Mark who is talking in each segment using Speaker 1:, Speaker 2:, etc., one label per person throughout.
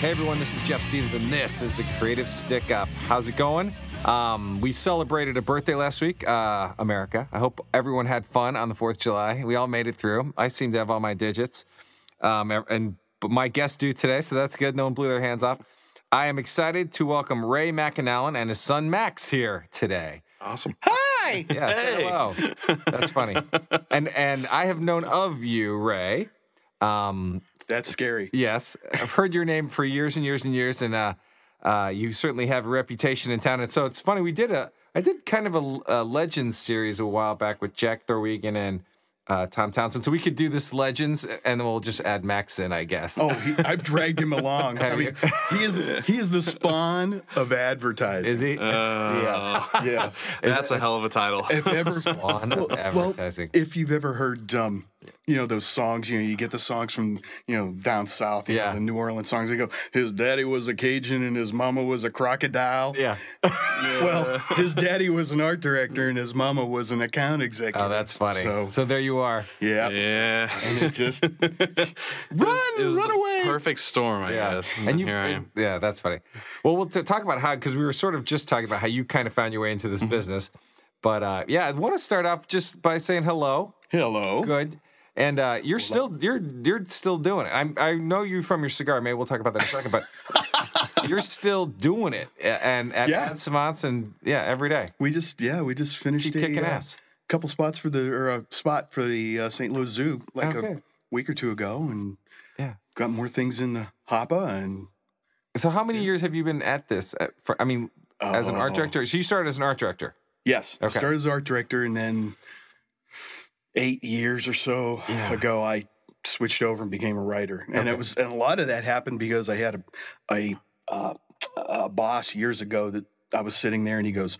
Speaker 1: Hey everyone, this is Jeff Stevens, and this is the Creative Stick Up. How's it going? Um, we celebrated a birthday last week, uh, America. I hope everyone had fun on the Fourth of July. We all made it through. I seem to have all my digits, um, and but my guests do today, so that's good. No one blew their hands off. I am excited to welcome Ray McAnallen and his son Max here today.
Speaker 2: Awesome.
Speaker 3: Hi.
Speaker 1: Yes, hello. That's funny. and and I have known of you, Ray. Um,
Speaker 2: That's scary.
Speaker 1: Yes, I've heard your name for years and years and years, and uh, uh, you certainly have a reputation in town. And so it's funny we did a I did kind of a, a legends series a while back with Jack Thorwegan and uh, Tom Townsend, so we could do this legends, and then we'll just add Max in, I guess.
Speaker 2: Oh, he, I've dragged him along. I mean, he is he is the spawn of advertising.
Speaker 1: is he?
Speaker 4: Uh,
Speaker 2: yes, yes.
Speaker 4: That's a hell of a title.
Speaker 2: If ever
Speaker 1: Spawn of advertising.
Speaker 2: if you've ever heard, um, you know those songs, you know you get the songs from you know down south, you know,
Speaker 1: Yeah.
Speaker 2: the New Orleans songs. They go, his daddy was a Cajun and his mama was a crocodile.
Speaker 1: yeah.
Speaker 2: Well, his daddy was an art director and his mama was an account executive.
Speaker 1: Oh, that's funny. So,
Speaker 2: So,
Speaker 1: there you are.
Speaker 2: yeah,
Speaker 4: yeah.
Speaker 2: it's just
Speaker 4: It
Speaker 2: run,
Speaker 4: was
Speaker 2: run
Speaker 4: the
Speaker 2: away.
Speaker 4: Perfect storm, I
Speaker 1: Yeah,
Speaker 4: guess.
Speaker 1: and you,
Speaker 4: here I am.
Speaker 1: yeah, that's funny. Well, we'll t- talk about how because we were sort of just talking about how you kind of found your way into
Speaker 2: Mm-hmm.
Speaker 1: this business, but uh, yeah, I want to start off just by saying hello.
Speaker 2: Hello.
Speaker 1: good. And uh, you're still you're you're still doing it. I'm, I know you from your cigar. Maybe we'll talk about that in a second. But you're still doing it, a- and at
Speaker 2: Yeah.
Speaker 1: yeah. Savants and yeah, every day.
Speaker 2: We just yeah, we just finished
Speaker 1: Keep
Speaker 2: a
Speaker 1: kicking
Speaker 2: uh,
Speaker 1: ass.
Speaker 2: couple spots for the or a spot for the uh, St. Louis Zoo like
Speaker 1: Okay.
Speaker 2: a week or two ago, and
Speaker 1: Oh, Yeah.
Speaker 2: got more things in the hoppa and
Speaker 1: So how many years have you been at this? uh, For I mean, as an art
Speaker 2: Oh.
Speaker 1: director, so you started as an art director.
Speaker 2: yes, I
Speaker 1: Okay.
Speaker 2: started as art director, and then eight years or so
Speaker 1: Yeah.
Speaker 2: ago, I switched over and became a writer, and
Speaker 1: Okay.
Speaker 2: it was and a lot of that happened because I had a a, uh, a boss years ago that I was sitting there, and he goes.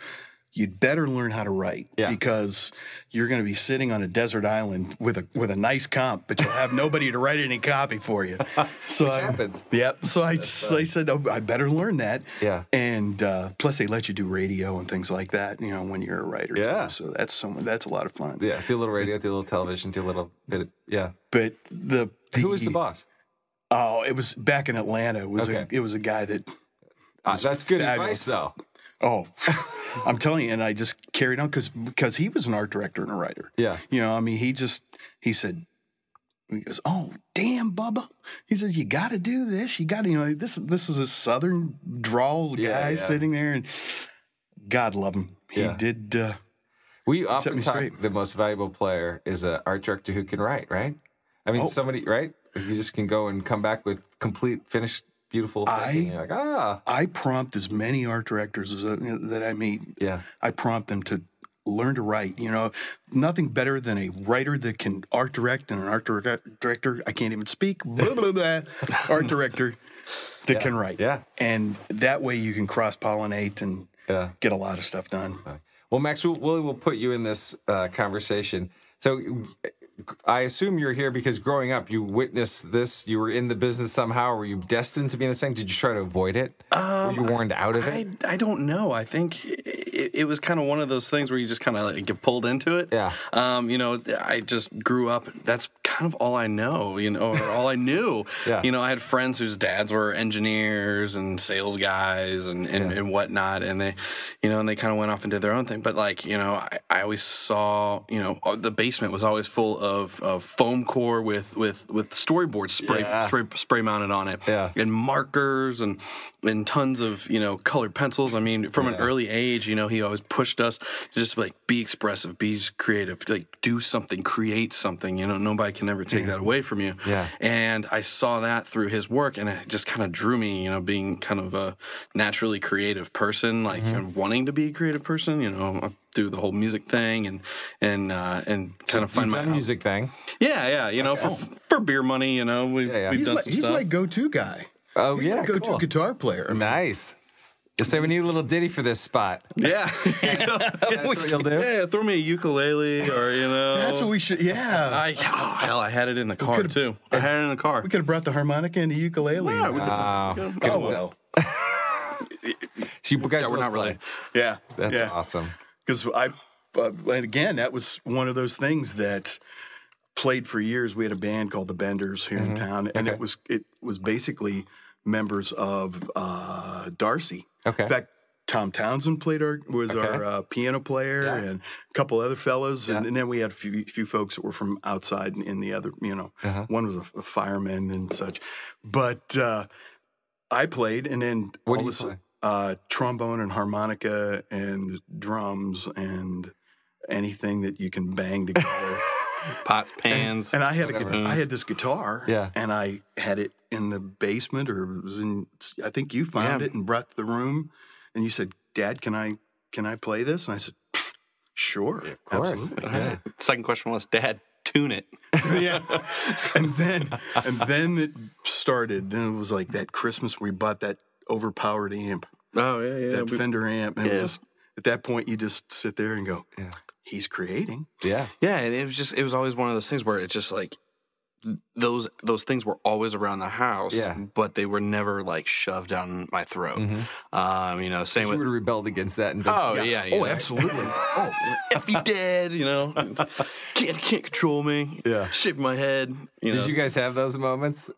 Speaker 2: You'd better learn how to write
Speaker 1: Yeah.
Speaker 2: because you're going to be sitting on a desert island with a with a nice comp, but you'll have nobody to write any copy for you. So I-
Speaker 1: happens.
Speaker 2: Yep. So I, so I said, oh, I better learn that.
Speaker 1: Yeah.
Speaker 2: And uh, plus, they let you do radio and things like that. You know, when you're a writer. too.
Speaker 1: Yeah.
Speaker 2: So that's someone. That's a lot of fun.
Speaker 1: Yeah, do a little radio, do a little television, do a little bit. Of, yeah.
Speaker 2: But the,
Speaker 1: Who was the boss?
Speaker 2: Oh, it was back in Atlanta. It was
Speaker 1: Okay.
Speaker 2: a, it was a guy that.
Speaker 1: Uh, that's good advice,
Speaker 2: fabulous.
Speaker 1: though.
Speaker 2: Oh, I'm telling you, and I just carried on because because he was an art director and a writer.
Speaker 1: Yeah.
Speaker 2: You know, I mean, he just he said. He goes, oh damn, Bubba! He says, you got to do this. You got to, you know, this this is a southern drawl
Speaker 1: Yeah,
Speaker 2: guy
Speaker 1: yeah.
Speaker 2: sitting there, and God love him. He
Speaker 1: Yeah.
Speaker 2: did. Uh,
Speaker 1: We
Speaker 2: set
Speaker 1: often
Speaker 2: me
Speaker 1: talk
Speaker 2: straight.
Speaker 1: the most valuable player is an art director who can write, right? I mean,
Speaker 2: Oh.
Speaker 1: somebody, right? You just can go and come back with complete, finished, beautiful. thing,
Speaker 2: I-
Speaker 1: and you're like, ah,
Speaker 2: I prompt as many art directors as, uh, that I meet.
Speaker 1: yeah,
Speaker 2: I prompt them to learn to write. You know, nothing better than a writer that can art direct and an art direct- director. I can't even speak. blah, blah, blah, art director that can write.
Speaker 1: yeah.
Speaker 2: and that way you can cross pollinate and
Speaker 1: yeah.
Speaker 2: get a lot of stuff done.
Speaker 1: Well, Max, we'll, we'll, we'll put you in this uh, conversation. So, I assume you're here because growing up, you witnessed this. You were in the business somehow. Were you destined to be in this thing? Did you try to avoid it? were you warned out of it?
Speaker 4: Um, I, I don't know. I think it, it was kind of one of those things where you just kind of like get pulled into it.
Speaker 1: Yeah.
Speaker 4: Um, you know, I just grew up. That's kind of all I know, you know, or all I knew.
Speaker 1: Yeah.
Speaker 4: You know, I had friends whose dads were engineers and sales guys and, and, and whatnot. And they, you know, and they kind of went off and did their own thing. But like, you know, I, I always saw, you know, uh, the basement was always full of, of foam core with, with, with storyboard spray,
Speaker 1: Yeah.
Speaker 4: spray, spray mounted on it
Speaker 1: Yeah.
Speaker 4: and markers and and tons of you know colored pencils. I mean, from an early age, you know, he always pushed us to just like be expressive, be just creative, like do something, create something. You know, nobody can ever take that away from you.
Speaker 1: Yeah.
Speaker 4: And I saw that through his work, and it just kind of drew me. You know, being kind of a naturally creative person, like
Speaker 1: Mm-hmm.
Speaker 4: and wanting to be a creative person. You know, I do the whole music thing and and uh, and kind of find
Speaker 1: You've
Speaker 4: my
Speaker 1: done a music thing.
Speaker 4: yeah yeah you know for, for beer money. You know, we,
Speaker 1: yeah.
Speaker 4: we've
Speaker 2: He's,
Speaker 4: done
Speaker 2: my,
Speaker 4: some
Speaker 2: he's
Speaker 4: stuff.
Speaker 2: my go-to guy.
Speaker 1: Oh
Speaker 2: He's
Speaker 1: yeah,
Speaker 2: my go-to
Speaker 1: cool.
Speaker 2: guitar player. I mean,
Speaker 1: Nice. You say we need a little ditty for this spot.
Speaker 4: Yeah. That's
Speaker 1: what you'll do?
Speaker 4: Yeah, throw me a ukulele or, you know.
Speaker 2: that's what we should.
Speaker 1: Uh,
Speaker 2: Yeah,
Speaker 4: I, oh, hell, I had it in the car,
Speaker 2: could've-
Speaker 4: too. I had it in the car.
Speaker 2: we could have brought the harmonica and the ukulele.
Speaker 4: Yeah, we could-
Speaker 1: Uh,
Speaker 2: oh well.
Speaker 1: so you guys
Speaker 4: yeah, we're
Speaker 1: both
Speaker 4: not
Speaker 1: play.
Speaker 4: related.
Speaker 2: Yeah,
Speaker 1: That's
Speaker 2: yeah.
Speaker 1: awesome.
Speaker 2: because I, uh, and again, that was one of those things that
Speaker 1: Mm-hmm.
Speaker 2: played for years. We had a band called the Benders here in town, and it was it was basically members of uh, Darcy.
Speaker 1: Okay.
Speaker 2: In fact, Tom Townsend played our was our
Speaker 1: Okay.
Speaker 2: uh, piano player,
Speaker 1: Yeah.
Speaker 2: and a couple other fellas, and,
Speaker 1: Yeah.
Speaker 2: and then we had a few, few folks that were from outside, and, and the other, you know,
Speaker 1: Uh-huh.
Speaker 2: one was a, f- a fireman and such. But uh, I played, and then
Speaker 1: What do
Speaker 2: all
Speaker 1: you
Speaker 2: this
Speaker 1: play?
Speaker 2: uh, trombone and harmonica and drums and anything that you can bang together.
Speaker 4: Pots, pans.
Speaker 2: And I had a,
Speaker 1: Whatever.
Speaker 2: gu- I had this guitar,
Speaker 1: Yeah.
Speaker 2: and I had it in the basement, or it was in. I think you found
Speaker 4: Yeah.
Speaker 2: it and brought to the room, and you said, "Dad, can I can I play this?" And I said, "Pfft, "Sure,
Speaker 1: Of course.
Speaker 2: absolutely."
Speaker 1: Yeah.
Speaker 4: Second question was, Dad, tune it.
Speaker 2: yeah. And then and then it started. Then it was like that Christmas where we bought that overpowered amp,
Speaker 4: Oh yeah, yeah.
Speaker 2: that Fender amp, and it was
Speaker 4: Yeah.
Speaker 2: just at that point you just sit there and go,
Speaker 1: Yeah.
Speaker 2: "He's creating."
Speaker 1: Yeah.
Speaker 4: Yeah, and it was just it was always one of those things where it's just like th- those those things were always around the house,
Speaker 1: Yeah.
Speaker 4: but they were never like shoved down my throat.
Speaker 1: Mhm.
Speaker 4: Um, you know, same
Speaker 1: You would
Speaker 4: with
Speaker 1: have rebelled against that and done
Speaker 4: oh yeah, yeah,
Speaker 2: Oh, absolutely. oh,
Speaker 4: if you did, you know, can't can't control me.
Speaker 1: Yeah.
Speaker 4: shake my head. You know.
Speaker 1: Did you guys have those moments?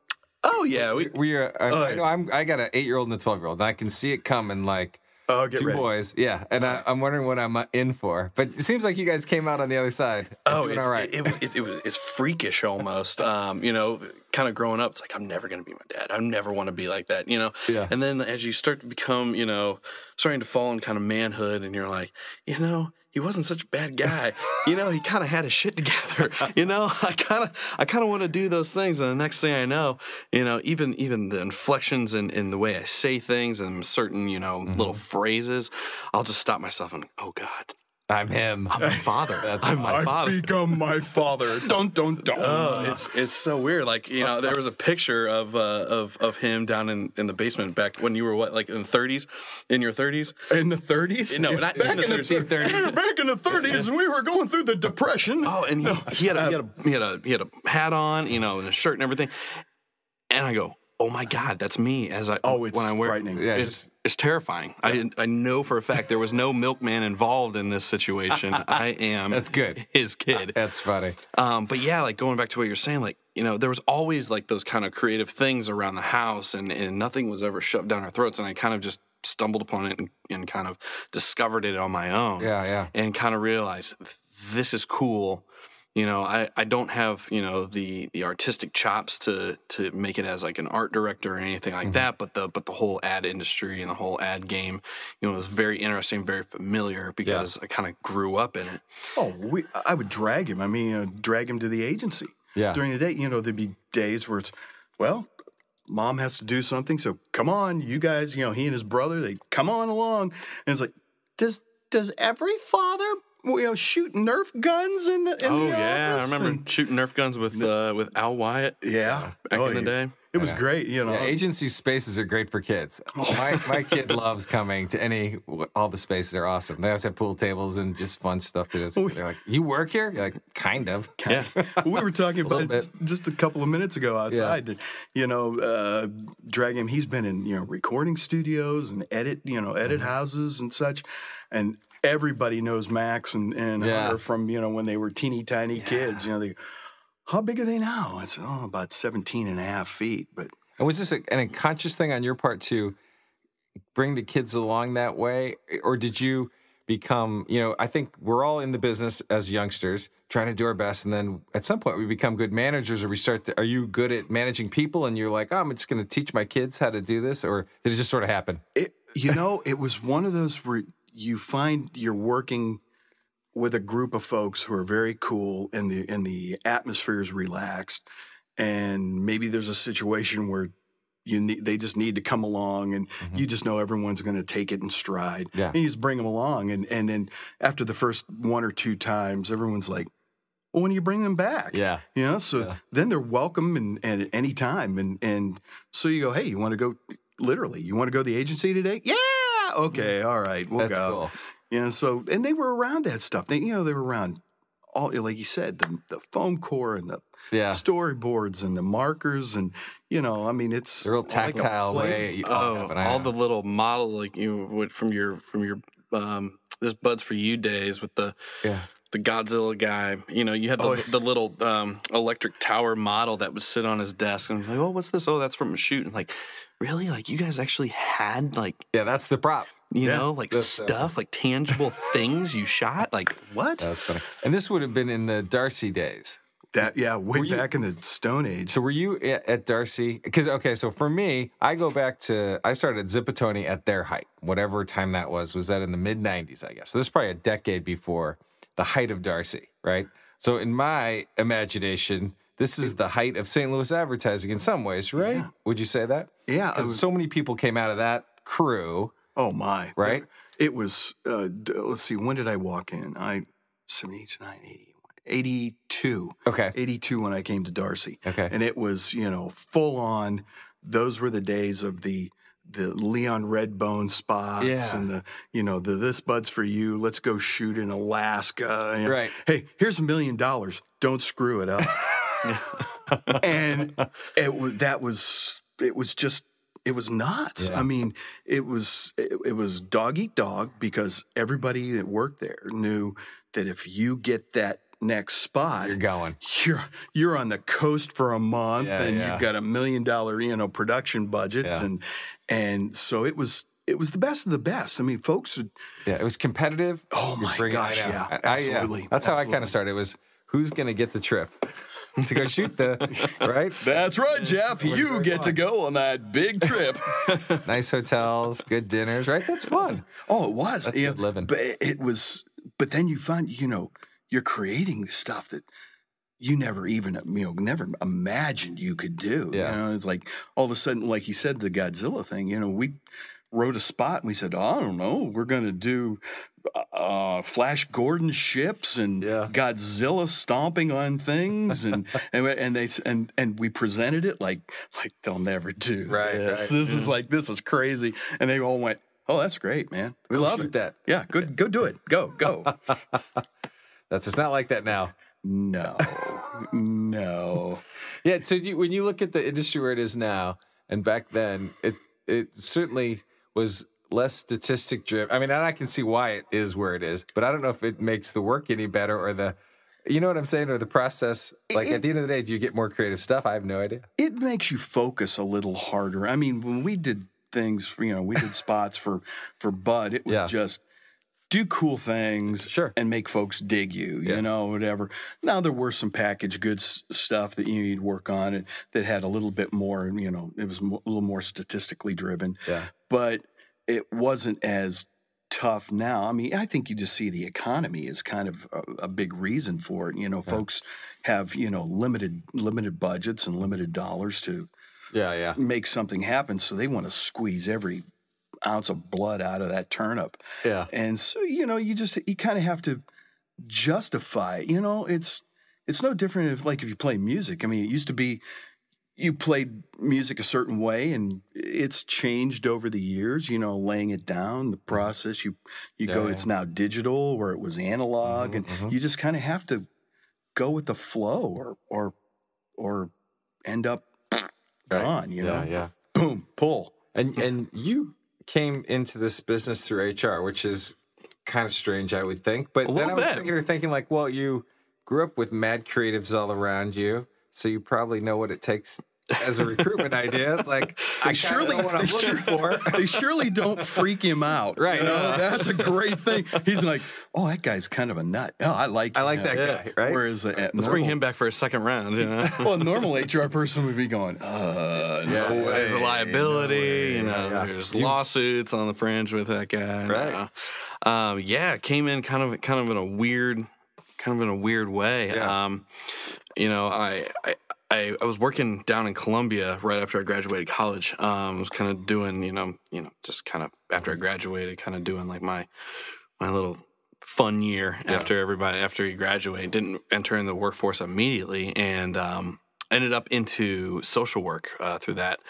Speaker 4: oh yeah, we
Speaker 1: We are. I,
Speaker 2: Oh,
Speaker 1: I
Speaker 2: yeah.
Speaker 1: know. I'm. I got an eight-year-old and a twelve-year-old, and I can see it coming. Like
Speaker 2: oh, get
Speaker 1: two
Speaker 2: ready.
Speaker 1: boys. Yeah, and I, I'm wondering what I'm uh, in for. But it seems like you guys came out on the other side.
Speaker 4: Oh,
Speaker 1: doing
Speaker 4: it,
Speaker 1: all right.
Speaker 4: It, it, it, it was it's freakish almost. Um, you know, kind of growing up, it's like I'm never gonna be my dad. I never want to be like that. You know.
Speaker 1: Yeah.
Speaker 4: And then as you start to become, you know, starting to fall in kind of manhood, and you're like, you know, he wasn't such a bad guy. you know, he kind of had his shit together. you know, I kind of, I kind of want to do those things, and the next thing I know, you know, even even the inflections and in, the way I say things and certain, you know,
Speaker 1: Mm-hmm.
Speaker 4: little phrases, I'll just stop myself and oh god.
Speaker 1: I'm him.
Speaker 4: I'm my father.
Speaker 1: That's
Speaker 4: I'm my
Speaker 2: I've
Speaker 4: father.
Speaker 2: become my father. Dun dun dun.
Speaker 4: Oh, it's it's so weird. Like you know, there was a picture of uh, of of him down in, in the basement back when you were what, like in the 30s, in your 30s.
Speaker 2: in the 30s?
Speaker 4: No,
Speaker 2: Yeah.
Speaker 4: not
Speaker 2: back
Speaker 4: in the
Speaker 2: in the
Speaker 1: 30s.
Speaker 2: 30s. Back in the 30s, and we were going through the depression.
Speaker 4: Oh, and he, he had a, he had a he had a he had a hat on, you know, and a shirt and everything. And I go, oh my god, that's me. As I
Speaker 2: Oh, it's
Speaker 4: when I wear,
Speaker 2: frightening.
Speaker 1: Yeah,
Speaker 4: It's, it's terrifying. I didn't- I know for a fact there was no milkman involved in this situation. I am
Speaker 1: That's good.
Speaker 4: his kid.
Speaker 1: That's funny.
Speaker 4: Um, but yeah, like going back to what you're saying, like, you know, there was always like those kind of creative things around the house and, and nothing was ever shoved down our throats. And I kind of just stumbled upon it and, and kind of discovered it on my own
Speaker 1: Yeah, yeah.
Speaker 4: and kind of realized this is cool. You know, I, I don't have, you know, the the artistic chops to to make it as like an art director or anything like that, but the but the whole ad industry and the whole ad game, you know, was very interesting, very familiar because I kind of grew up in it.
Speaker 2: Oh, we, I would drag him. I mean, uh, drag him to the agency.
Speaker 1: Yeah.
Speaker 2: During the day, you know, there'd be days where it's, well, mom has to do something. So come on, you guys, you know, he and his brother, they come on along. And it's like, does does every father, you know, shoot Nerf guns in the, in
Speaker 4: oh
Speaker 2: the
Speaker 4: yeah,
Speaker 2: office?
Speaker 4: I remember
Speaker 2: And-
Speaker 4: shooting Nerf guns with uh, with Al Wyatt
Speaker 2: yeah.
Speaker 4: back
Speaker 2: Oh,
Speaker 4: in the
Speaker 2: yeah.
Speaker 4: day.
Speaker 2: It was
Speaker 1: Yeah.
Speaker 2: great, you know.
Speaker 1: Yeah, agency spaces are great for kids. My, my kid loves coming to any, all the spaces are awesome. They always have pool tables and just fun stuff to do. They're like, you work here? You're like, Oh, kind of.
Speaker 4: Yeah,
Speaker 2: we were talking about it
Speaker 1: little
Speaker 2: just, just a couple of minutes ago outside. You know, uh, drag him. He's been in you know recording studios and edit you know edit
Speaker 1: Mm-hmm.
Speaker 2: houses and such, and everybody knows Max and and
Speaker 1: Yeah.
Speaker 2: Hunter from you know when they were teeny tiny kids. You know, they go, how big are they now? I said, oh, about 17 and a half feet. But
Speaker 1: And was this a, an unconscious thing on your part to bring the kids along that way? Or did you become, you know, I think we're all in the business as youngsters trying to do our best. And then at some point we become good managers or we start to, are you good at managing people? And you're like, oh, I'm just going to teach my kids how to do this? Or did it just sort of happen?
Speaker 2: it, you know, it was one of those where you find you're working with a group of folks who are very cool and the and the atmosphere is relaxed and maybe there's a situation where you need they just need to come along and you just know everyone's going to take it in stride
Speaker 1: Yeah.
Speaker 2: and you just bring them along and and then after the first one or two times everyone's like well when do you bring them back
Speaker 1: Yeah.
Speaker 2: you know so then they're welcome and, and at any time and and so you go hey you want to go literally you want to go to the agency today yeah okay all right we'll
Speaker 1: Mm. That's
Speaker 2: go
Speaker 1: cool.
Speaker 2: yeah, so and they were around that stuff. They, you know, they were around all like you said, the, the foam core and the
Speaker 1: Yeah.
Speaker 2: storyboards and the markers and you know, I mean, it's
Speaker 1: The real
Speaker 2: like a
Speaker 1: tactile
Speaker 2: play-
Speaker 1: way. you-
Speaker 4: oh,
Speaker 1: but I
Speaker 4: all
Speaker 2: uh,
Speaker 1: know.
Speaker 4: the little model like you would from your from your um, this buds for you days with the
Speaker 1: Yeah.
Speaker 4: the Godzilla guy. You know, you had the,
Speaker 2: Oh, yeah.
Speaker 4: the little um, electric tower model that would sit on his desk, and like, oh, what's this? Oh, that's from a shoot. And like, really? Like, you guys actually had like
Speaker 1: Yeah, that's the prop.
Speaker 4: you
Speaker 2: Yeah,
Speaker 4: know like
Speaker 1: that's, uh,
Speaker 4: stuff, like tangible things you shot. Like what?
Speaker 2: uh,
Speaker 1: That's funny. And this would have been in the Darcy days.
Speaker 2: That yeah, way
Speaker 1: Were you-
Speaker 2: back in the Stone Age.
Speaker 1: So were you at, at Darcy? Because okay, so for me, I go back to I started at Zipatoni at their height, whatever time that was. Was that in the mid '90s? I guess. So this is probably a decade before the height of Darcy, right? So in my imagination, this is the height of St. Louis advertising in some ways, right? Would you say that?
Speaker 2: Yeah, I
Speaker 1: Because
Speaker 2: was-
Speaker 1: so many people came out of that crew.
Speaker 2: oh my,
Speaker 1: Right?
Speaker 2: It was. Uh, d- let's see, when did I walk in? I 79, 80, 82.
Speaker 1: Okay.
Speaker 2: 82 when I came to Darcy.
Speaker 1: Okay.
Speaker 2: And it was, you know, full on. Those were the days of the the Leon Redbone spots
Speaker 1: Yeah.
Speaker 2: and the, you know, the this bud's for you. Let's go shoot in Alaska. and,
Speaker 1: Right.
Speaker 2: Hey, here's a million dollars. Don't screw it up. and it was that was it was just it was nuts.
Speaker 1: Yeah.
Speaker 2: I mean, it was it, it was dog eat dog because everybody that worked there knew that if you get that next spot,
Speaker 1: You're going.
Speaker 2: you're you're on the coast for a month
Speaker 1: Yeah,
Speaker 2: and
Speaker 1: yeah.
Speaker 2: you've got a million dollar you know production budget
Speaker 1: Yeah.
Speaker 2: and and so it was it was the best of the best. I mean, folks would
Speaker 1: Yeah, it was competitive.
Speaker 2: oh my
Speaker 1: Bring it- I
Speaker 2: gosh,
Speaker 1: know.
Speaker 2: yeah,
Speaker 1: I- I- yeah.
Speaker 2: absolutely.
Speaker 1: That's how I kind
Speaker 2: absolutely.
Speaker 1: of started. It was who's going to get the trip to go shoot the right?
Speaker 2: That's right, Jeff.
Speaker 1: was
Speaker 2: You
Speaker 1: very
Speaker 2: get to
Speaker 1: fun.
Speaker 2: go on that big trip.
Speaker 1: Nice hotels, good dinners, right? That's fun.
Speaker 2: Oh, it was.
Speaker 1: That's
Speaker 2: yeah,
Speaker 1: good living.
Speaker 2: But it- it was. But then you find, you know, you're creating stuff that you never even, you know, never imagined you could do.
Speaker 1: Yeah.
Speaker 2: You know, it's like all of a sudden, like you said, the Godzilla thing. You know, we wrote a spot and we said, I don't know, we're going to do uh, Flash Gordon ships and
Speaker 1: Yeah.
Speaker 2: Godzilla stomping on things, and and we- and they s- and and we presented it like like they'll never do
Speaker 1: Right,
Speaker 2: this.
Speaker 1: right. Mm.
Speaker 2: This is like this is crazy, and they all went, "Oh, that's great, man. We love
Speaker 1: shoot
Speaker 2: it.
Speaker 1: that."
Speaker 2: Yeah, good, go do it. Go, go."
Speaker 1: That's it's not like that now.
Speaker 2: no, no.
Speaker 1: Yeah. So you, when you look at the industry where it is now and back then, it it certainly was less statistic driven. I mean, and I can see why it is where it is, but I don't know if it makes the work any better or the, you know what I'm saying, or the process. Like at the end of the day, do you get more creative stuff? I have no idea.
Speaker 2: it makes you focus a little harder. I mean, when we did things, you know, we did spots for for Bud. It was
Speaker 1: Yeah.
Speaker 2: just do cool things,
Speaker 1: Sure.
Speaker 2: and make folks dig you,
Speaker 1: Yeah.
Speaker 2: you know, whatever. Now there were some packaged goods stuff that you need to work on and that had a little bit more, you know, it was mo- a little more statistically driven,
Speaker 1: Yeah.
Speaker 2: but it wasn't as tough now. I mean, I think you just see the economy is kind of a, a big reason for it. You know, folks have you know limited limited budgets and limited dollars to
Speaker 1: Yeah. Yeah.
Speaker 2: make something happen, so they want to squeeze every ounce of blood out of that turnip.
Speaker 1: Yeah.
Speaker 2: And so you know, you just you kind of have to justify. it. You know, it's it's no different if like if you play music. I mean, it used to be you played music a certain way and it's changed over the years you know laying it down the process you you
Speaker 1: Yeah, Mm-hmm,
Speaker 2: go
Speaker 1: yeah.
Speaker 2: it's now digital where it was analog and you just kind of have to go with the flow or or or end up
Speaker 1: Right.
Speaker 2: gone you
Speaker 1: yeah.
Speaker 2: know
Speaker 1: Yeah.
Speaker 2: boom pull
Speaker 1: And and you came into this business through HR, which is kind of strange, I would think. But
Speaker 4: A
Speaker 1: then
Speaker 4: little
Speaker 1: I was
Speaker 4: bit.
Speaker 1: thinking, or thinking like, well, you grew up with mad creatives all around you, so you probably know what it takes as a recruitment idea. It's like I surely
Speaker 2: surely-
Speaker 1: know what I'm
Speaker 2: they
Speaker 1: looking for.
Speaker 2: they surely don't freak him out
Speaker 1: Right.
Speaker 2: you know?
Speaker 1: Yeah.
Speaker 2: that's a great thing he's like oh that guy's kind of a nut oh i like
Speaker 1: I like
Speaker 2: him."
Speaker 1: that guy, right?
Speaker 2: whereas uh,
Speaker 4: Let's bring him back for a second round. You know,
Speaker 2: well, a normal HR person would be going, uh, no
Speaker 1: Yeah, yeah,
Speaker 2: way.
Speaker 4: there's a liability. you know,
Speaker 1: yeah.
Speaker 4: there's
Speaker 1: You-
Speaker 4: lawsuits on the fringe with that guy.
Speaker 1: Right.
Speaker 4: Uh, um, yeah, came in kind of kind of in a weird, kind of in a weird way.
Speaker 1: Yeah.
Speaker 4: Um, you know, I. I I, I was working down in Columbia right after I graduated college. Um, I was kind of doing, you know, you know, just kind of after I graduated, kind of doing like my my little fun year after everybody after you graduate didn't enter in the workforce immediately and um, ended up into social work uh, through that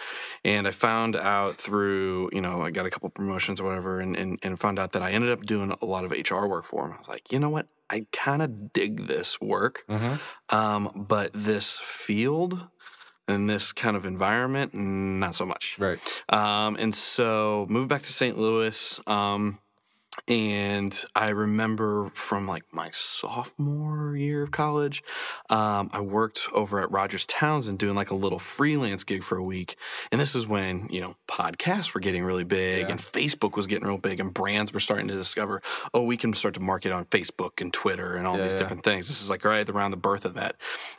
Speaker 4: and i found out through you know i got a couple promotions or whatever and, and, and found out that i ended up doing a lot of hr work for them i was like you know what i kind of dig this work
Speaker 1: Mhm.
Speaker 4: um, but this field and this kind of environment not so much
Speaker 1: Right.
Speaker 4: um, and so moved back to St. Louis. Um, And I remember from like my sophomore year of college, um, I worked over at Rogers Townsend doing like a little freelance gig for a week. And this is when, you know, podcasts were getting really big
Speaker 1: Yeah.
Speaker 4: and Facebook was getting real big and brands were starting to discover, oh, we can start to market on Facebook and Twitter and all
Speaker 1: Yeah,
Speaker 4: these
Speaker 1: yeah.
Speaker 4: different things. This is like right around the birth of that.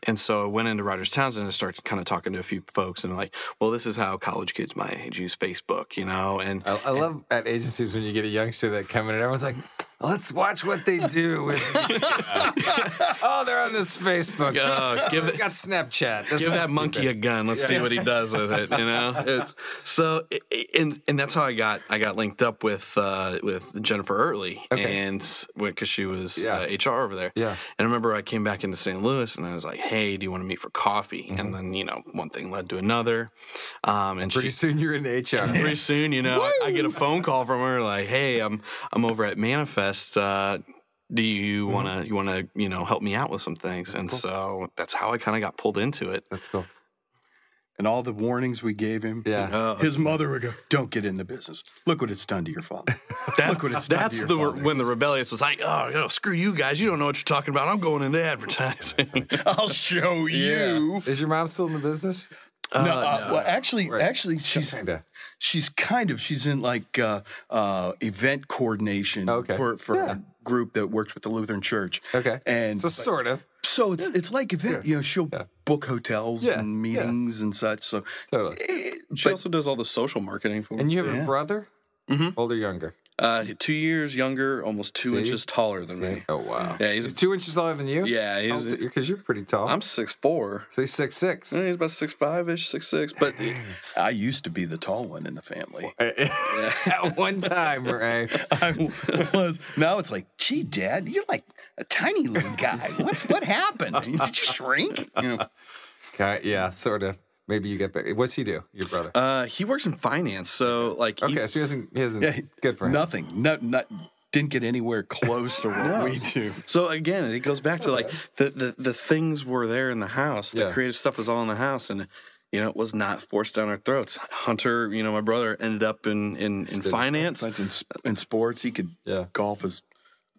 Speaker 4: And so I went into Rogers Townsend and started kind of talking to a few folks and like, well, this is how college kids my age use Facebook, you know? And uh,
Speaker 1: I, I love at agencies when you get a youngster that come in and everyone's like, let's watch what they do. With oh, they're on this Facebook.
Speaker 4: uh, give
Speaker 1: They've
Speaker 4: it.
Speaker 1: got Snapchat. This
Speaker 4: Give that
Speaker 1: one's
Speaker 4: monkey a gun. Let's see what he does with it. You know, it's, so i- i- and and that's how I got I got linked up with uh, with Jennifer Early
Speaker 1: Okay.
Speaker 4: and because she was
Speaker 1: Yeah.
Speaker 4: uh, HR over there.
Speaker 1: Yeah.
Speaker 4: And I remember I came back into St. Louis and I was like, Hey, do you want to meet for coffee? And then you know one thing led to another. Um, and
Speaker 1: Mm-hmm. Pretty
Speaker 4: she,
Speaker 1: soon you're in HR.
Speaker 4: pretty soon, you know, I get a phone call from her like, "Hey, I'm I'm over at Manifest. Uh, do you wanna you wanna you know help me out with some things?" and so that's how I kind of got pulled into it.
Speaker 1: That's cool.
Speaker 2: And all the warnings we gave him. uh,
Speaker 1: Yeah.
Speaker 4: Oh,
Speaker 2: His mother would go, "Don't get in the business. Look what it's done to your father. Look what it's done
Speaker 4: that's
Speaker 2: to your
Speaker 4: the
Speaker 2: father."
Speaker 4: when the rebellious was like, "Oh, you know, screw you guys. You don't know what you're talking about. I'm going into advertising."
Speaker 2: I'll show you.
Speaker 1: Is your mom still in the business?
Speaker 2: No, uh, well, actually, actually, she's
Speaker 1: Kinda.
Speaker 2: she's kind of she's in like uh, uh, event coordination
Speaker 1: Okay.
Speaker 2: for for
Speaker 1: Yeah.
Speaker 2: a group that works with the Lutheran Church.
Speaker 1: Okay.
Speaker 2: and
Speaker 1: so
Speaker 2: so,
Speaker 1: sort of.
Speaker 2: it's it's like event. You know, she'll book hotels
Speaker 1: Yeah,
Speaker 2: and
Speaker 1: yeah.
Speaker 2: meetings and such. So eh,
Speaker 1: Totally.
Speaker 4: she also does all the social marketing for
Speaker 1: And you have a brother? Mm-hmm. Older, younger?
Speaker 4: Uh, two years younger, almost two inches taller than me.
Speaker 1: Oh wow.
Speaker 4: Yeah, he's-
Speaker 1: He's two inches taller than you.
Speaker 4: Yeah, he's,
Speaker 1: Because you're pretty tall.
Speaker 4: I'm six four.
Speaker 1: so he's six six.
Speaker 4: He's about six five ish, six six. But
Speaker 2: I used to be the tall one in the family.
Speaker 1: eh. At one time, right?
Speaker 2: I was. Now it's like, gee, Dad, you're like a tiny little guy. What's what happened? Did you shrink? You know,
Speaker 1: Okay, yeah, sort of. Maybe you get back. What's he do? Your brother?
Speaker 4: uh, he works in finance, so like he-
Speaker 1: okay, so he hasn't. He hasn't. good for him.
Speaker 2: nothing. No, not, didn't get anywhere close to what we do.
Speaker 4: So again, it goes back to like the, the the things were there in the house. The
Speaker 1: Yeah.
Speaker 4: creative stuff was all in the house, and you know it was not forced down our throats. Hunter, you know, my brother ended up in in, in finance.
Speaker 2: Like in, s- in sports, he could
Speaker 1: Uh, Yeah.
Speaker 2: golf his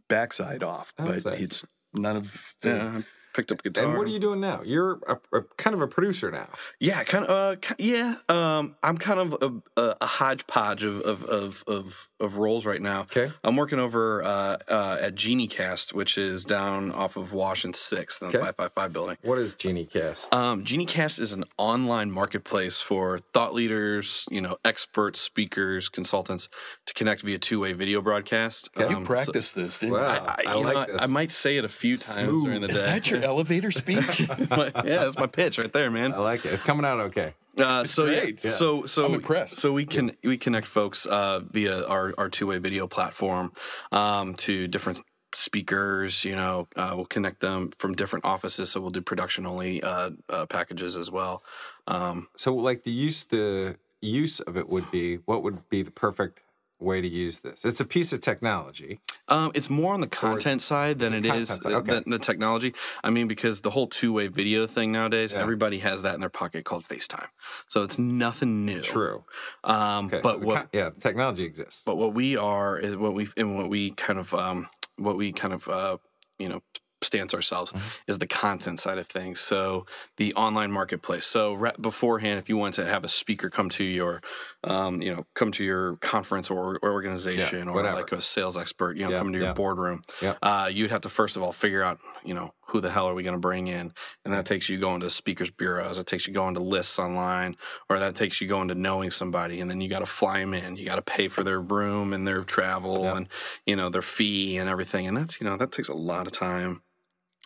Speaker 2: backside off,
Speaker 1: That's
Speaker 2: but
Speaker 1: nice.
Speaker 2: it's none of the.
Speaker 4: Yeah, picked up guitar.
Speaker 1: And what are you doing now? You're a, a kind of a producer now.
Speaker 4: Yeah, kind of. Uh, ki- yeah, um, I'm kind of a, a, a hodgepodge of of, of of of roles right now.
Speaker 1: Okay.
Speaker 4: I'm working over uh, uh, at GenieCast, which is down off of Wash and Sixth in the
Speaker 1: Okay.
Speaker 4: five five five building.
Speaker 1: What is Genie Cast?
Speaker 4: Um, GenieCast is an online marketplace for thought leaders, you know, experts, speakers, consultants to connect via two-way video broadcast.
Speaker 2: You
Speaker 4: Um, so-
Speaker 2: practiced this, didn't
Speaker 1: Wow.
Speaker 2: you?
Speaker 4: I,
Speaker 1: I
Speaker 4: you
Speaker 1: like
Speaker 4: know, I-
Speaker 1: this.
Speaker 4: I might say it a few times during the day.
Speaker 2: Is that your elevator speech?
Speaker 4: My- yeah, that's my pitch right there, man.
Speaker 1: I like it. It's coming out okay.
Speaker 4: Uh, so yeah,
Speaker 2: great. Yeah.
Speaker 4: so so
Speaker 2: I'm impressed.
Speaker 4: So we can we connect folks uh, via our our two way video platform um, to different speakers. You know, uh, we'll connect them from different offices. So we'll do production only uh, uh, packages as well. Um,
Speaker 1: So, like the use the use of it would be what would be the perfect way to use this? It's a piece of technology.
Speaker 4: Um, it's more on the content side than it is
Speaker 1: content side,
Speaker 4: th-
Speaker 1: okay.
Speaker 4: than the technology. I mean, because the whole two-way video thing nowadays, everybody has that in their pocket called FaceTime. So it's nothing new.
Speaker 1: True.
Speaker 4: Um,
Speaker 1: Okay, so
Speaker 4: but
Speaker 1: the
Speaker 4: what
Speaker 1: con- yeah, the technology exists.
Speaker 4: but what we are is what we and what we kind of um, what we kind of uh, you know stance ourselves
Speaker 1: Mm-hmm.
Speaker 4: is the content side of things. So the online marketplace. So re- beforehand, if you want to have a speaker come to your, um, you know, come to your conference or, or organization or
Speaker 1: whatever.
Speaker 4: like a sales expert, you know,
Speaker 1: Yeah,
Speaker 4: come to your
Speaker 1: yeah.
Speaker 4: boardroom,
Speaker 1: Yep.
Speaker 4: uh, you'd have to first of all figure out, you know, who the hell are we going to bring in, and that takes you going to speakers bureaus, it takes you going to lists online, or that takes you going to knowing somebody, and then you got to fly them in, you got to pay for their room and their travel and you know their fee and everything, and that's you know that takes a lot of time,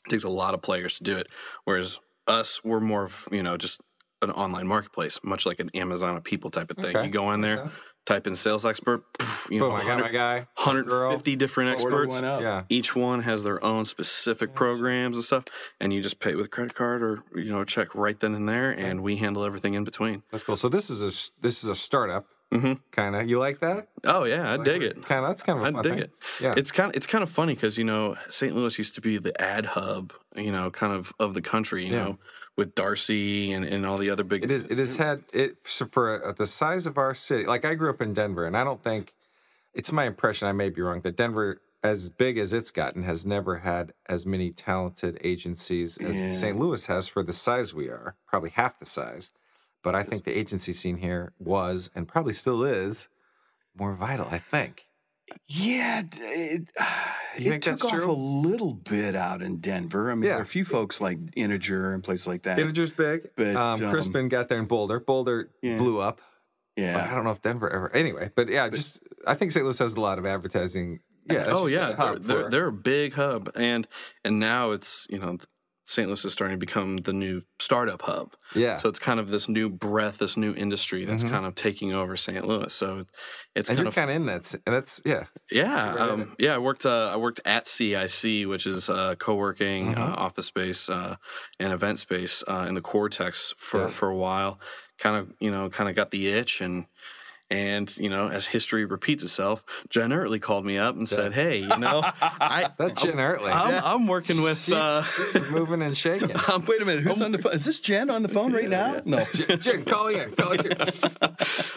Speaker 4: it takes a lot of players to do it, whereas us we're more of you know just an online marketplace, much like an Amazon of people type of thing.
Speaker 1: Okay,
Speaker 4: You go in
Speaker 1: makes
Speaker 4: there,
Speaker 1: sense.
Speaker 4: type in sales expert, poof, you know,
Speaker 1: Boom! I got my
Speaker 4: 100
Speaker 1: guy.
Speaker 4: 150 different
Speaker 2: Order
Speaker 4: experts.
Speaker 2: one up.
Speaker 1: Yeah.
Speaker 4: Each one has their own specific programs and stuff, and you just pay with credit card or you know check right then and there, and we handle everything in between.
Speaker 1: That's cool. So this is a s- this is a startup kind of. You like that?
Speaker 4: Oh yeah, Mm-hmm. I dig it.
Speaker 1: Kind of. That's kind of.
Speaker 4: I
Speaker 1: fun
Speaker 4: dig
Speaker 1: thing.
Speaker 4: it.
Speaker 1: Yeah.
Speaker 4: it's kind it's kind of funny because you know St. Louis used to be the ad hub, you know, kind of of the country, you know, with Darcy and, and all the other big.
Speaker 1: It
Speaker 2: Mm.
Speaker 1: is. It has had it so for uh, the size of our city. Like I grew up in Denver, and I don't think it's my impression, I may be wrong, that Denver, as big as it's gotten, has never had as many talented agencies as
Speaker 2: Yeah.
Speaker 1: St. Louis has for the size we are, probably half the size. But I think the agency scene here was and probably still is more vital, I think.
Speaker 2: Yeah, d- it,
Speaker 1: You
Speaker 2: it
Speaker 1: think
Speaker 2: took
Speaker 1: that's
Speaker 2: off
Speaker 1: true?
Speaker 2: a little bit out in Denver. I mean,
Speaker 1: Yeah.
Speaker 2: there are a few folks like Integer and places like that.
Speaker 1: Integer's big.
Speaker 2: But,
Speaker 1: um,
Speaker 2: um,
Speaker 1: Crispin got there in Boulder. Boulder
Speaker 2: Yeah.
Speaker 1: blew up. But I
Speaker 2: yeah,
Speaker 1: don't know if Denver ever. Anyway, but yeah, just I think St. Louis has a lot of advertising. Yeah. that's
Speaker 4: oh
Speaker 1: just
Speaker 4: yeah,
Speaker 1: a hub
Speaker 4: they're, they're
Speaker 1: for-
Speaker 4: they're a big hub, and and now it's you know St. Louis is starting to become the new startup hub.
Speaker 1: yeah.
Speaker 4: So it's kind of this new breath, this new industry that's
Speaker 1: Mhm.
Speaker 4: kind of taking over St. Louis. So it's
Speaker 1: and
Speaker 4: kind
Speaker 1: you're
Speaker 4: of
Speaker 1: kind of in that. s- And that's yeah.
Speaker 4: yeah,
Speaker 1: Right.
Speaker 4: um, yeah. I worked. Uh, I worked at CIC, which is uh, co-working uh,
Speaker 1: Mhm.
Speaker 4: office space uh, and event space uh, in the Cortex for
Speaker 1: Yeah.
Speaker 4: for a while. Kind of, you know, kind of got the itch, and and you know, as history repeats itself, Jen Ertley called me up and said, "Hey, you know, I."
Speaker 1: That's Jen Ertley.
Speaker 4: I'm, I'm working with. Uh,
Speaker 1: She's moving and shaking.
Speaker 4: um, wait a minute. Who's
Speaker 2: Who's on the phone? Is this Jen on the phone right now? No.
Speaker 1: Oh. Jen, Jen, call again. Call again.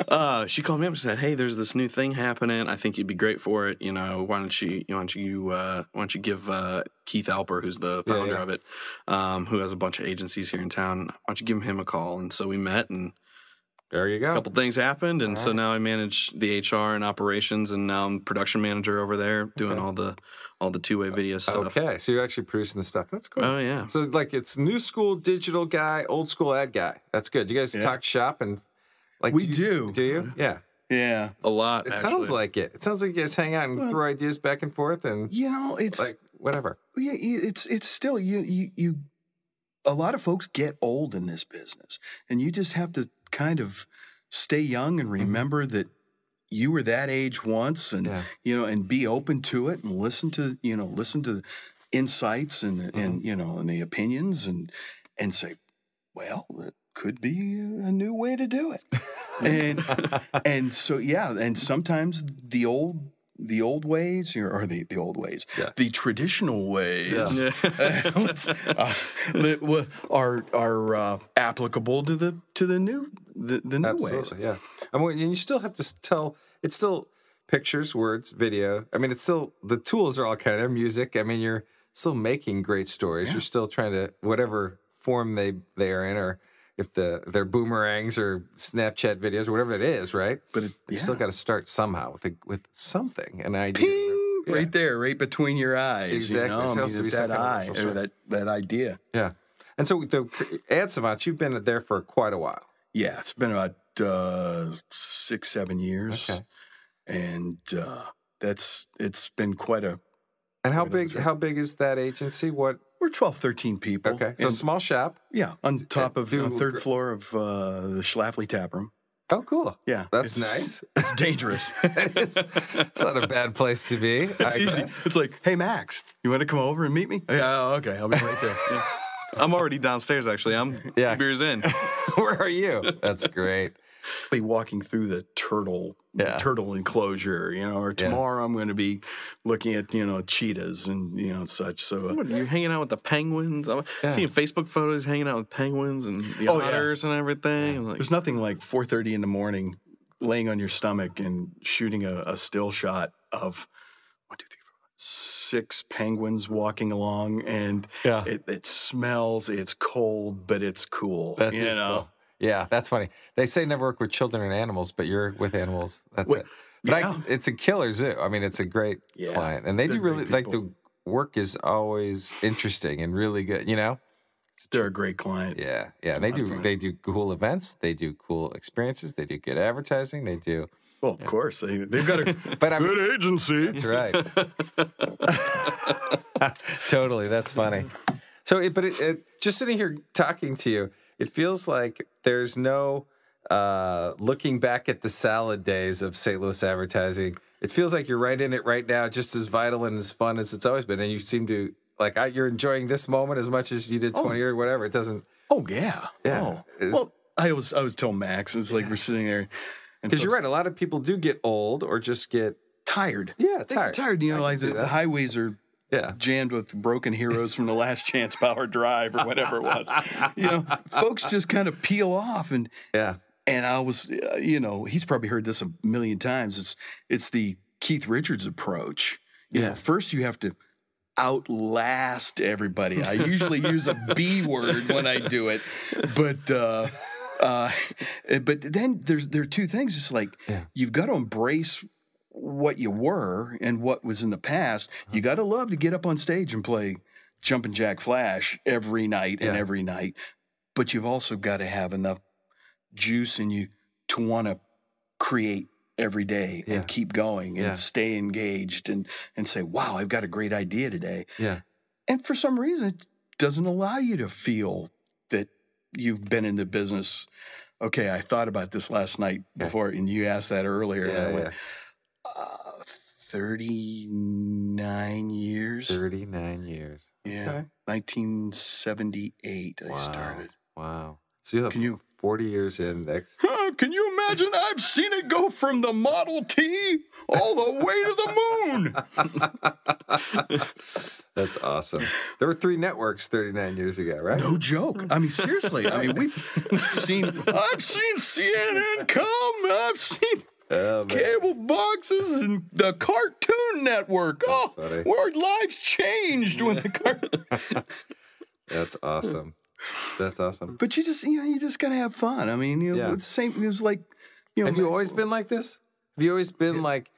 Speaker 4: uh, she called me up and said, "Hey, there's this new thing happening. I think you'd be great for it. You know, why don't you why don't you uh, why don't you give uh, Keith Alper, who's the
Speaker 1: Yeah,
Speaker 4: founder
Speaker 1: yeah.
Speaker 4: of it, um, who has a bunch of agencies here in town, why don't you give him a call?" And so we met, and
Speaker 1: There you go.
Speaker 4: a couple things happened, and
Speaker 1: Oh.
Speaker 4: so
Speaker 1: Alright.
Speaker 4: now I manage the HR and operations, and now I'm production manager over there doing
Speaker 1: Okay. Oh,
Speaker 4: all the all the two way video stuff.
Speaker 1: okay, so you're actually producing the stuff. That's cool.
Speaker 4: Oh yeah.
Speaker 1: so like, it's new school digital guy, old school ad guy. That's good. You guys
Speaker 2: Yeah.
Speaker 1: talk shop and like
Speaker 2: We
Speaker 1: you-
Speaker 2: do.
Speaker 1: Do you? Yeah.
Speaker 2: Yeah.
Speaker 4: A lot.
Speaker 1: It sounds
Speaker 4: Uh-huh. actually.
Speaker 1: like it. It sounds like you guys hang out and throw ideas back and forth and
Speaker 2: You know, it's
Speaker 1: like whatever.
Speaker 2: yeah, y- it's it's still you you you a lot of folks get old in this business and you just have to kind of stay young and remember that you were that age once and
Speaker 1: Yeah.
Speaker 2: you know and be open to it and listen to you know listen to insights and
Speaker 1: Mm-hmm.
Speaker 2: and you know and the opinions and and say well it could be a new way to do it and and so yeah and sometimes the old the old ways or, or the, the old ways
Speaker 1: Yeah.
Speaker 2: the traditional ways
Speaker 1: Yeah.
Speaker 2: let's- uh, that w- are are uh, applicable to the to the new the, the new ways.
Speaker 1: Absolutely, yeah. And, when, and you still have to s- tell. It's still pictures, words, video. I mean, it's still the tools are all kind of there. Music. I mean, you're still making great stories. You're still trying to whatever form they they are in, or if the they're boomerangs or Snapchat videos or whatever it is, right?
Speaker 2: But it,
Speaker 1: You
Speaker 2: yeah.
Speaker 1: still got to start somehow with a, with something, an idea.
Speaker 2: Ping!
Speaker 1: Yeah.
Speaker 2: right there, right between your eyes.
Speaker 1: Exactly.
Speaker 2: You know? I
Speaker 1: It
Speaker 2: mean,
Speaker 1: has to
Speaker 2: if
Speaker 1: be
Speaker 2: that
Speaker 1: something
Speaker 2: eye
Speaker 1: commercial, sure.
Speaker 2: or that that idea.
Speaker 1: Yeah. And so the ad savants, you've been there for quite a while.
Speaker 2: Yeah, it's been about uh, six seven years,
Speaker 1: Okay.
Speaker 2: and uh, that's it's been quite a.
Speaker 1: And how
Speaker 2: Right on,
Speaker 1: big?
Speaker 2: sure.
Speaker 1: How big is that agency? What?
Speaker 2: We're 12, 13 people.
Speaker 1: Okay, so
Speaker 2: and-
Speaker 1: small shop.
Speaker 2: yeah, on top of
Speaker 1: do-
Speaker 2: on third floor of uh, the Schlafly Tap Room.
Speaker 1: Oh, cool.
Speaker 2: Yeah,
Speaker 1: That's
Speaker 2: it's-
Speaker 1: nice.
Speaker 2: It's dangerous.
Speaker 1: it's, it's not a bad place to be.
Speaker 2: It's
Speaker 1: I
Speaker 2: easy.
Speaker 1: guess.
Speaker 2: It's like, hey Max, you want to come over and meet me? Yeah, oh, okay, I'll be right there.
Speaker 4: I'm already downstairs. Actually, I'm
Speaker 1: Yeah.
Speaker 4: two beers in.
Speaker 1: Where are you? That's great.
Speaker 2: be walking through the turtle
Speaker 1: Yeah.
Speaker 2: the turtle enclosure, you know. Or tomorrow I'm going to be looking at you know cheetahs and you know such. So uh,
Speaker 4: What, You're hanging out with the penguins. I'm seeing Facebook photos, hanging out with penguins and the
Speaker 2: Oh, yeah.
Speaker 4: otters and everything. I'm like,
Speaker 2: there's nothing like 4:30 in the morning, laying on your stomach and shooting a, a still shot of one, two, three, four, five, six penguins walking along, and
Speaker 1: Yeah.
Speaker 2: it, it smells. It's cold, but it's cool.
Speaker 1: That's
Speaker 2: you know?
Speaker 1: cool. Yeah, that's funny. They say never work with children and animals, but you're with animals. That's
Speaker 2: Wait,
Speaker 1: it. But
Speaker 2: yeah.
Speaker 1: I, it's a killer zoo. I mean, it's a great
Speaker 2: Yeah,
Speaker 1: client, and they do
Speaker 2: they're great
Speaker 1: really like the
Speaker 2: people.
Speaker 1: work is always interesting and really good. You know?
Speaker 2: They're a great client.
Speaker 1: Yeah, yeah. They
Speaker 2: lot
Speaker 1: do
Speaker 2: of fun.
Speaker 1: they do cool events. They do cool experiences. They do good advertising. They do.
Speaker 2: Well, of course they they've got a
Speaker 1: But I mean,
Speaker 2: good agency.
Speaker 1: That's right. totally. That's funny. So, it, but it, it, just sitting here talking to you, it feels like there's no uh, looking back at the salad days of St. Louis advertising. It feels like you're right in it right now, just as vital and as fun as it's always been. And you seem to like I, you're enjoying this moment as much as you did 20 or whatever. It doesn't
Speaker 2: Oh yeah.
Speaker 1: Yeah.
Speaker 2: Oh.
Speaker 1: It's-
Speaker 2: Well, I was I was telling Max, it's like we're sitting there and
Speaker 1: because you're
Speaker 2: folks
Speaker 1: right. A lot of people do get old or just get
Speaker 2: tired.
Speaker 1: yeah
Speaker 2: They get
Speaker 1: tired.
Speaker 2: tired. You know, like
Speaker 1: see
Speaker 2: the, the
Speaker 1: that.
Speaker 2: highways are
Speaker 1: Yeah,
Speaker 2: jammed with broken heroes from the last chance power drive or whatever it was. You know, folks just kind of peel off and
Speaker 1: yeah.
Speaker 2: and I was uh, you know, he's probably heard this a million times. It's it's the Keith Richards approach. You
Speaker 1: Yeah.
Speaker 2: know, first you have to outlast everybody. I usually use a B word when I do it, but uh, uh, but then there's there are two things. It's like
Speaker 1: Yeah.
Speaker 2: you've got to embrace what you were and what was in the past.
Speaker 1: Uh-huh.
Speaker 2: You got to love to get up on stage and play Jumpin' Jack Flash every night and
Speaker 1: Yeah.
Speaker 2: every night, but you've also got to have enough juice in you to want to create every day
Speaker 1: Yeah.
Speaker 2: and keep going and
Speaker 1: Yeah.
Speaker 2: stay engaged and and say, "Wow, I've got a great idea today."
Speaker 1: Yeah.
Speaker 2: And for some reason, it doesn't allow you to feel that you've been in the business. Okay, I thought about this last night
Speaker 1: Yeah.
Speaker 2: before, and you asked that earlier. and I
Speaker 1: Yeah,
Speaker 2: went,
Speaker 1: yeah.
Speaker 2: Uh, 39 years.
Speaker 1: 39 years.
Speaker 2: Yeah.
Speaker 1: Okay.
Speaker 2: 1978, I started.
Speaker 1: Wow. So you have
Speaker 2: Can you-
Speaker 1: 40 years in next.
Speaker 2: Oh, can you imagine? I've seen it go from the Model T all the way to the moon.
Speaker 1: That's awesome. There were three networks 39 years ago, right?
Speaker 2: No Oh, joke. I mean, seriously. I mean, we've seen. I've seen CNN come. I've seen
Speaker 1: Oh, man.
Speaker 2: cable boxes and the Cartoon Network. Oh,
Speaker 1: funny.
Speaker 2: our lives changed when the cartoon.
Speaker 1: That's awesome. That's awesome.
Speaker 2: But you just, you know, you just gotta have fun. I mean, you know,
Speaker 1: Yeah.
Speaker 2: it's the same. It was like, you know,
Speaker 1: Have you always been like this? Have you always been like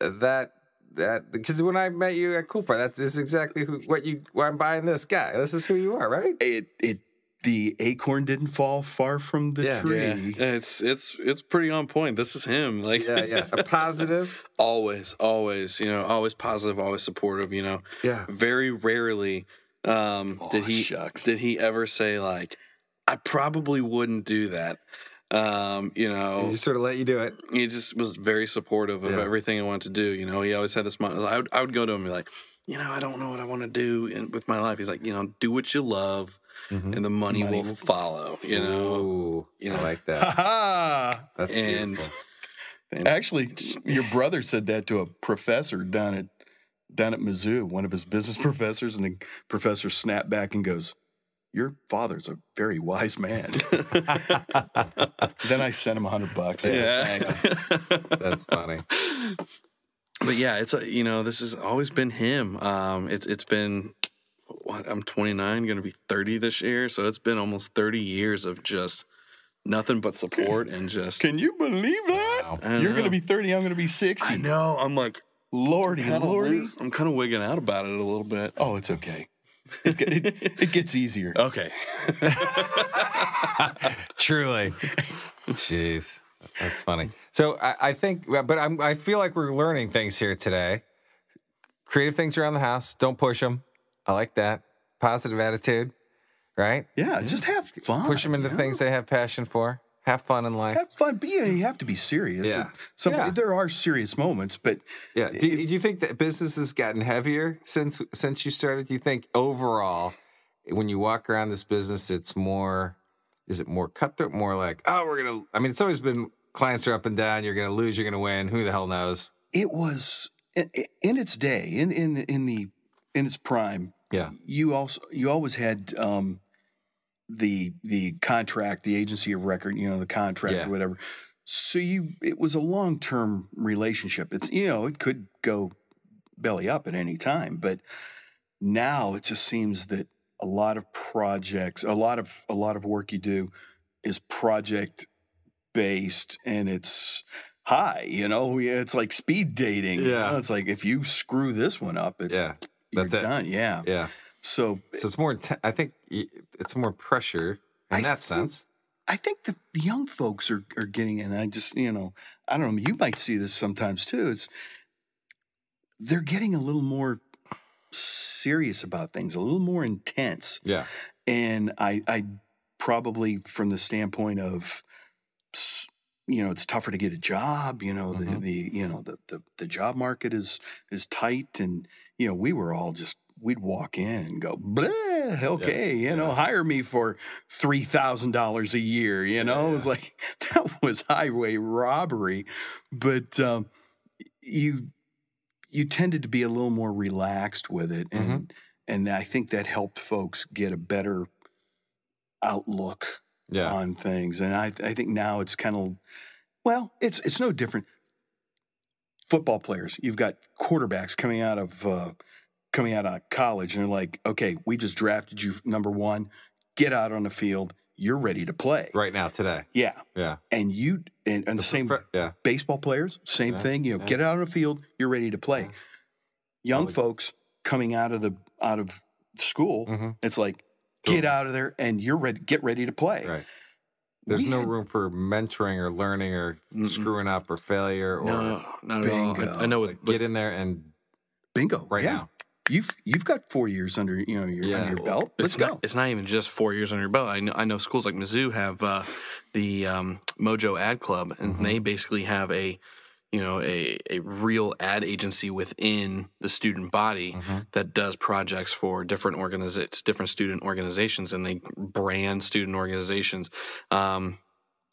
Speaker 1: that? That because when I met you at Cool Fire, that's this is exactly who, what you. Why I'm buying this guy. This is who you are, right?
Speaker 2: It it the acorn didn't fall far from the
Speaker 1: Yeah.
Speaker 2: tree.
Speaker 4: Yeah, it's it's it's pretty on point. This is him. Like
Speaker 1: Yeah, yeah. A positive.
Speaker 4: always, always, you know, always positive, always supportive, you know.
Speaker 1: Yeah.
Speaker 4: Very rarely um did
Speaker 2: Aw,
Speaker 4: he
Speaker 2: shucks.
Speaker 4: did he ever say like I probably wouldn't do that. Um, you know,
Speaker 1: He just sort of let you do it.
Speaker 4: he just was very supportive of
Speaker 1: Yeah.
Speaker 4: everything I wanted to do. You know, he always had this. Mind. I would, I would go to him and be like, you know, I don't know what I want to do in, with my life. He's like, you know, do what you love, and the Mm-hmm. money,
Speaker 2: Money
Speaker 4: will, follow. You know,
Speaker 1: Ooh,
Speaker 4: you
Speaker 1: I
Speaker 4: know.
Speaker 1: like that.
Speaker 2: Ha
Speaker 1: That's
Speaker 4: And-
Speaker 1: beautiful.
Speaker 2: Actually, your brother said that to a professor down at down at Mizzou, one of his business professors, and the professor snapped back and goes, "Your father's a very wise man." then I sent him a hundred bucks. I said, "Thanks."
Speaker 1: That's funny.
Speaker 4: but yeah, it's a, you know, this has always been him. Um, it's it's been. What, I'm 29, going to be 30 this year, so it's been almost 30 years of just nothing but support and just.
Speaker 2: Can you believe that?
Speaker 4: I
Speaker 2: You're going
Speaker 4: know.
Speaker 2: to be thirty. I'm going to be sixty.
Speaker 4: know. I'm like,
Speaker 2: Lordy,
Speaker 4: kinda
Speaker 2: lordy.
Speaker 4: lose- I'm kind of wigging out about it a little bit.
Speaker 2: Oh, it's okay. It, ge- it, it gets easier.
Speaker 4: Okay.
Speaker 1: Truly. Jeez, that's funny. So I, I think, but I'm, I feel like we're learning things here today. Creative things around the house. Don't push them. I like that positive attitude, right?
Speaker 2: Yeah, just have fun.
Speaker 1: Push them into
Speaker 2: you know?
Speaker 1: things they have passion for. Have fun in life.
Speaker 2: Have fun, but you, know, you have to be serious.
Speaker 1: Yeah.
Speaker 2: Some,
Speaker 1: Yeah.
Speaker 2: There are serious moments, but
Speaker 1: Yeah. Do, you- do you think that business has gotten heavier since since you started? Do you think overall, when you walk around this business, it's more? Is it more cutthroat? More like, oh, we're gonna. I mean, it's always been clients are up and down. You're gonna lose. You're gonna win. Who the hell knows?
Speaker 2: it was in, in its day, in in in the in its prime.
Speaker 1: Yeah.
Speaker 2: You also you always had um, the the contract, the agency of record, you know, the contract
Speaker 1: Yeah.
Speaker 2: or whatever. So you, it was a long term relationship. It's you know, it could go belly up at any time, but now it just seems that a lot of projects, a lot of a lot of work you do is project based and it's high, you know. Yeah, It's like speed dating. you
Speaker 1: Yeah.
Speaker 2: know? It's like if you screw this one up, it's
Speaker 1: Yeah.
Speaker 2: you're
Speaker 1: that's it.
Speaker 2: done. Yeah.
Speaker 1: Yeah.
Speaker 2: So
Speaker 1: So it's more. Te- I think y- it's more pressure in
Speaker 2: I
Speaker 1: that
Speaker 2: think-
Speaker 1: sense.
Speaker 2: I think the, the young folks are, are getting it. And I just, you know, I don't know, you might see this sometimes too. It's they're getting a little more serious about things, a little more intense.
Speaker 1: Yeah.
Speaker 2: And I, I probably from the standpoint of, s- you know, it's tougher to get a job, you know,
Speaker 1: Mhm.
Speaker 2: the, the, you know, the, the, the job market is, is tight. And, you know, we were all just, we'd walk in and go, bleh, okay, you know,
Speaker 1: yeah.
Speaker 2: hire me for three thousand dollars a year. You know, it was like that was highway robbery, but um, you you tended to be a little more relaxed with it,
Speaker 1: Mm-hmm.
Speaker 2: and and I think that helped folks get a better outlook
Speaker 1: Yeah.
Speaker 2: on things. And I I think now it's kind of well, it's it's no different. football players. You've got quarterbacks coming out of uh, coming out of college, and they're like, "Okay, we just drafted you number one. Get out on the field. You're ready to play."
Speaker 1: right now today.
Speaker 2: Yeah,
Speaker 1: Yeah.
Speaker 2: and you and, and the same
Speaker 1: Fr- yeah.
Speaker 2: baseball players, same
Speaker 1: Yeah,
Speaker 2: thing. You know,
Speaker 1: yeah.
Speaker 2: get out on the field. You're ready to play.
Speaker 1: Yeah.
Speaker 2: Young
Speaker 1: Totally.
Speaker 2: folks coming out of the out of school,
Speaker 1: hmm
Speaker 2: it's like get
Speaker 1: Totally.
Speaker 2: out of there and you're ready. Get ready to play.
Speaker 1: Right. There's
Speaker 2: We
Speaker 1: no
Speaker 2: had-
Speaker 1: room for mentoring or learning or
Speaker 4: Mm-mm.
Speaker 1: screwing up or failure or
Speaker 4: No, not at all.
Speaker 2: Bingo.
Speaker 4: I, I know.
Speaker 1: It's
Speaker 4: It,
Speaker 1: like, get in there and
Speaker 2: Bingo.
Speaker 1: right
Speaker 2: yeah.
Speaker 1: now.
Speaker 2: You've you've got four years under you know your,
Speaker 1: Yeah.
Speaker 2: under your belt. Let's
Speaker 4: it's
Speaker 2: go.
Speaker 4: not. It's not even just four years under your belt. I know. I know schools like Mizzou have uh, the um, Mojo Ad Club, and
Speaker 2: Mm-hmm.
Speaker 1: Mhm.
Speaker 4: they basically have a, you know, a a real ad agency within the student body
Speaker 2: Mm.
Speaker 1: Mhm.
Speaker 4: that does projects for different organizations, different student organizations, and they brand student organizations. Um,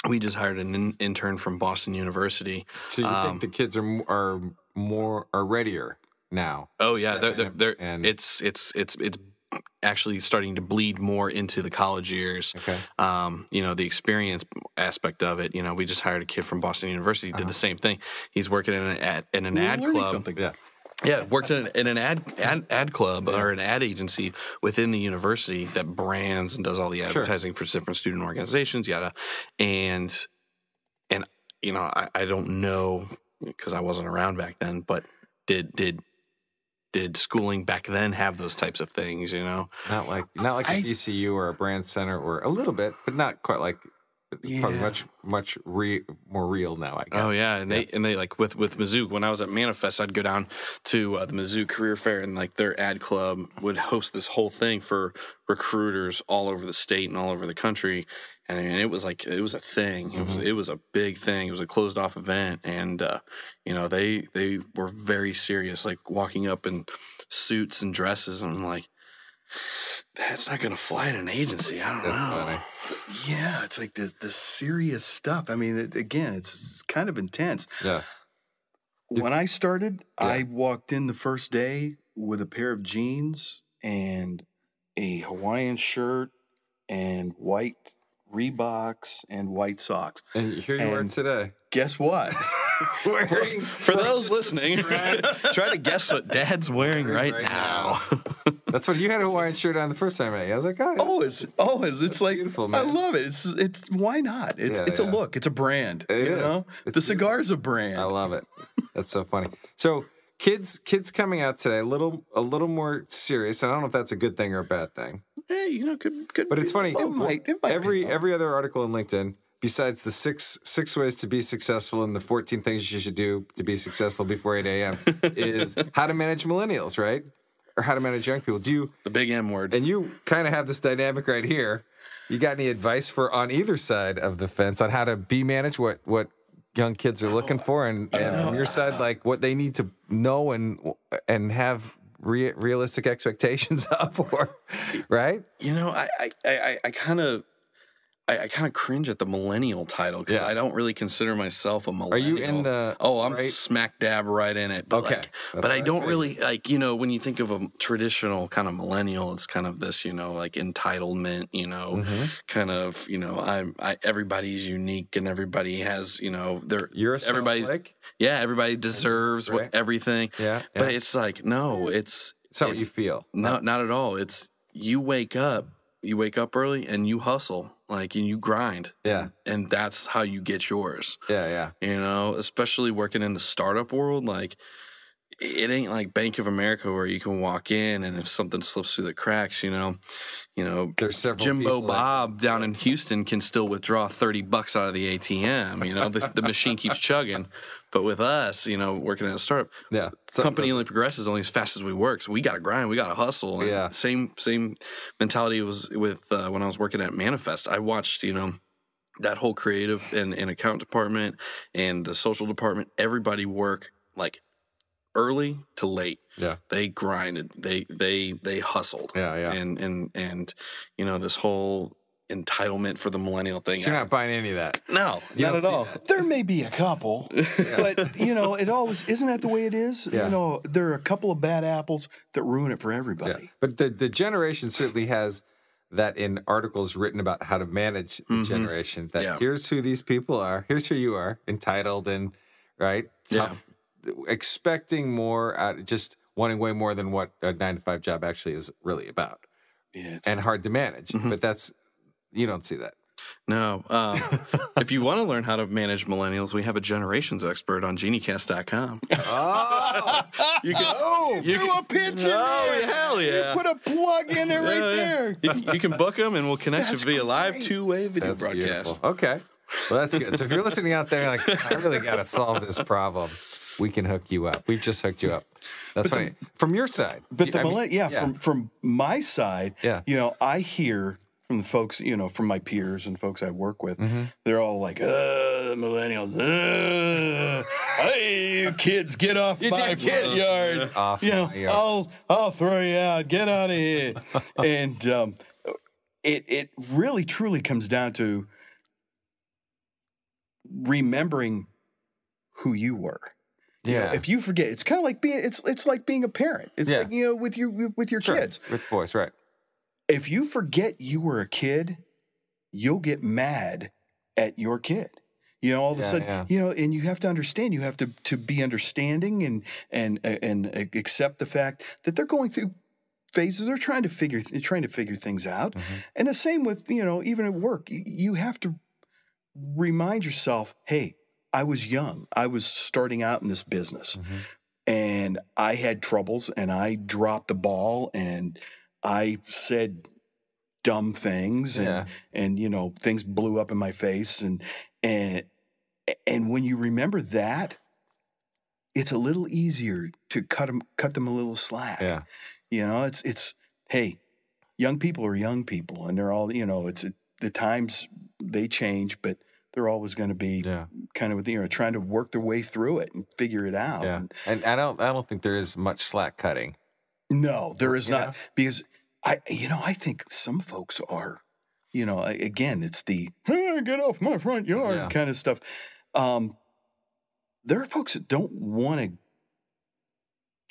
Speaker 4: we just hired an in- intern from Boston University.
Speaker 1: So you
Speaker 4: Um,
Speaker 1: think the kids are m- are more are readier now?
Speaker 4: Oh
Speaker 1: to
Speaker 4: yeah,
Speaker 1: step
Speaker 4: they're,
Speaker 1: in
Speaker 4: they're,
Speaker 1: and-
Speaker 4: they're,
Speaker 1: and-
Speaker 4: it's it's it's it's actually starting to bleed more into the college years.
Speaker 1: okay.
Speaker 4: um, you know, the experience aspect of it. You know, we just hired a kid from Boston University, did
Speaker 1: Uh-huh.
Speaker 4: the same thing. He's working in an ad, in an
Speaker 2: We're
Speaker 4: ad
Speaker 2: learning
Speaker 4: club.
Speaker 2: something.
Speaker 1: Yeah.
Speaker 4: Yeah, worked in, in an ad, ad ad club or an ad agency within the university that brands and does all the
Speaker 1: Sure.
Speaker 4: advertising for different student organizations, yada. And and you know, I, I don't know because I wasn't around back then, but did did did schooling back then have those types of things? You know,
Speaker 1: Not like not like
Speaker 2: I-
Speaker 1: a VCU or a brand center or a little bit, but not quite like probably
Speaker 2: Yeah.
Speaker 1: much much re, more real now. I guess.
Speaker 4: Oh yeah, and they and they like with with Mizzou. When I was at Manifest, I'd go down to uh, the Mizzou Career Fair, and like their ad club would host this whole thing for recruiters all over the state and all over the country. And I mean, it was like it was a thing. It was
Speaker 1: Mhm.
Speaker 4: it was a big thing. It was a closed off event, and uh, you know they they were very serious, like walking up in suits and dresses. And I'm like, that's not gonna fly at an agency. I don't
Speaker 1: That's
Speaker 4: know.
Speaker 1: funny.
Speaker 2: Yeah, it's like the the serious stuff. I mean, it, again, it's, it's kind of intense.
Speaker 1: Yeah.
Speaker 2: When I started,
Speaker 1: Yeah.
Speaker 2: I walked in the first day with a pair of jeans and a Hawaiian shirt and white Reeboks and white socks.
Speaker 1: And here you are
Speaker 2: And-
Speaker 1: today.
Speaker 2: Guess what?
Speaker 1: Wearing
Speaker 4: For those listening, try to guess what Dad's wearing right,
Speaker 1: Right
Speaker 4: now.
Speaker 1: That's what you had a Hawaiian shirt on the first time I met you. I was like, oh,
Speaker 2: always, always. It's like
Speaker 1: beautiful,
Speaker 2: I
Speaker 1: man.
Speaker 2: love it. It's it's why not? It's
Speaker 1: Yeah,
Speaker 2: it's
Speaker 1: yeah.
Speaker 2: a look. It's a brand.
Speaker 1: It
Speaker 2: you
Speaker 1: is.
Speaker 2: know,
Speaker 1: It's
Speaker 2: the
Speaker 1: beautiful.
Speaker 2: cigar's a brand.
Speaker 1: I
Speaker 4: Oh
Speaker 1: love it. That's so funny. So kids, kids coming out today a little, a little more serious. And I don't know if that's a good thing or a bad thing,
Speaker 4: Hey, you know, could could.
Speaker 1: but it's funny.
Speaker 2: It might- it might
Speaker 1: every
Speaker 2: be.
Speaker 1: every other article in LinkedIn, besides the six six ways to be successful and the fourteen things you should do to be successful before eight a.m. is how to manage millennials, right? Or how to manage young people. Do you
Speaker 4: the big M word.
Speaker 1: and you kind of have this dynamic right here. You got any advice for on either side of the fence on how to be manage what what young kids are looking for, and, and from your side, like what they need to know and and have re- realistic expectations of, or right?
Speaker 4: You know, I I I, I kind of. I, I kind of cringe at the millennial title because
Speaker 1: Yeah.
Speaker 4: I don't really consider myself a millennial.
Speaker 1: Are you in the?
Speaker 4: Oh, I'm
Speaker 1: right?
Speaker 4: smack dab right in it. But
Speaker 1: Okay.
Speaker 4: Like,
Speaker 1: That's
Speaker 4: but I
Speaker 1: what I
Speaker 4: don't
Speaker 1: figured.
Speaker 4: really like, you know, when you think of a traditional kind of millennial, it's kind of this, you know, like entitlement, you know,
Speaker 1: Mhm.
Speaker 4: kind of, you know, I'm, I, everybody's unique and everybody has, you know, their,
Speaker 1: You're a
Speaker 4: everybody's-
Speaker 1: like
Speaker 4: yeah, everybody deserves
Speaker 1: Right.
Speaker 4: what, everything.
Speaker 1: yeah, yeah.
Speaker 4: But it's like, no, it's,
Speaker 1: it's not what you
Speaker 4: it's-
Speaker 1: feel.
Speaker 4: no, not at all. It's you wake up, you wake up early and you hustle, like, and you grind.
Speaker 1: Yeah.
Speaker 4: And that's how you get yours,
Speaker 1: Yeah, yeah.
Speaker 4: you know, especially working in the startup world. Like, it ain't like Bank of America where you can walk in and if something slips through the cracks, you know, you know,
Speaker 1: There's several
Speaker 4: Jimbo
Speaker 1: people that-
Speaker 4: Bob down in Houston can still withdraw 30 bucks out of the ATM. You know, the, the machine keeps chugging. But with us, you know, working at a startup,
Speaker 1: yeah, so- uh,
Speaker 4: company only progresses only as fast as we work. So we got to grind, we got to hustle. And
Speaker 1: Yeah.
Speaker 4: Same same mentality was with uh, when I was working at Manifest. I watched, you know, that whole creative and, and account department and the social department, everybody work like early to late.
Speaker 1: Yeah.
Speaker 4: They grinded. They they they hustled.
Speaker 1: Yeah, yeah.
Speaker 4: And and and you know, this whole entitlement for the millennial thing.
Speaker 1: you're not buying any of that.
Speaker 4: no,
Speaker 1: You
Speaker 4: not
Speaker 1: don't
Speaker 4: at
Speaker 1: see
Speaker 4: all.
Speaker 1: that.
Speaker 2: There may be a couple, but you know, it always isn't that the way it is.
Speaker 1: Yeah.
Speaker 2: You know, there are a couple of bad apples that ruin it for
Speaker 1: Yeah.
Speaker 2: everybody.
Speaker 1: But the, the generation certainly has that in articles written about how to manage the
Speaker 4: Mhm.
Speaker 1: generation. That
Speaker 4: Yeah.
Speaker 1: here's who these people are, here's who you are, entitled and right, tough, expecting more, out, just wanting way more than what a nine to five job actually is really about
Speaker 2: Yeah, it's-
Speaker 1: and hard to manage.
Speaker 4: Mm-hmm.
Speaker 1: But that's, you don't see that.
Speaker 4: No. Um, if you want to learn how to manage millennials, we have a generations expert on geniecast.com.
Speaker 1: Oh,
Speaker 4: You can,
Speaker 2: oh,
Speaker 4: you
Speaker 2: threw
Speaker 4: can-
Speaker 2: a pinch in
Speaker 4: Oh,
Speaker 2: there.
Speaker 4: hell yeah.
Speaker 2: Put a plug in it right
Speaker 4: Yeah, yeah.
Speaker 2: there.
Speaker 4: You can, you can book them and we'll connect
Speaker 2: That's
Speaker 4: you via live
Speaker 2: great.
Speaker 4: two way video
Speaker 1: that's
Speaker 4: broadcast.
Speaker 1: beautiful. Okay. Well, that's good. So if you're listening out there, like, I really got to solve this problem, we can hook you up. We've just hooked you up. That's funny. From your side.
Speaker 2: But the
Speaker 1: I mean,
Speaker 2: millenn- yeah, from from my side,
Speaker 1: Yeah.
Speaker 2: you know, I hear from the folks, you know, from my peers and folks I work with, they're all like, uh, millennials, uh, hey, you kids, get off
Speaker 1: You
Speaker 2: my
Speaker 1: damn
Speaker 2: front
Speaker 1: kids."
Speaker 2: yard.
Speaker 1: Off
Speaker 2: you know,
Speaker 1: my yard.
Speaker 2: I'll I'll throw you out. Get out of here. and um, it it really truly comes down to remembering who you were. You know,
Speaker 1: Yeah.
Speaker 2: if you forget, it's kind of like being it's it's like being a parent. It's
Speaker 1: Yeah.
Speaker 2: like you know with your with your
Speaker 1: Sure.
Speaker 2: kids.
Speaker 1: With boys, right.
Speaker 2: If you forget you were a kid, you'll get mad at your kid. You know, all of a
Speaker 1: Yeah,
Speaker 2: sudden,
Speaker 1: yeah.
Speaker 2: you know, and you have to understand. You have to to be understanding and and and accept the fact that they're going through phases. They're trying to figure they're trying to figure things out.
Speaker 1: Mm-hmm.
Speaker 2: And the same with you know even at work, y- you have to remind yourself, hey, I was young. I was starting out in this business
Speaker 1: Mm-hmm.
Speaker 2: and I had troubles and I dropped the ball and I said dumb things and
Speaker 1: Yeah.
Speaker 2: and you know things blew up in my face and and and when you remember that it's a little easier to cut them cut them a little slack
Speaker 1: Yeah.
Speaker 2: you know it's it's hey young people are young people and they're all you know it's the times they change but they're always going to be
Speaker 1: Yeah.
Speaker 2: kind of you know trying to work their way through it and figure it out
Speaker 1: Yeah.
Speaker 2: And
Speaker 1: And I don't I don't think there is much slack cutting.
Speaker 2: no there is
Speaker 1: You
Speaker 2: not
Speaker 1: know?
Speaker 2: because i you know i think some folks are you know a- again it's the hey, get off my front yard
Speaker 1: Yeah.
Speaker 2: kind of stuff um there are folks that don't want to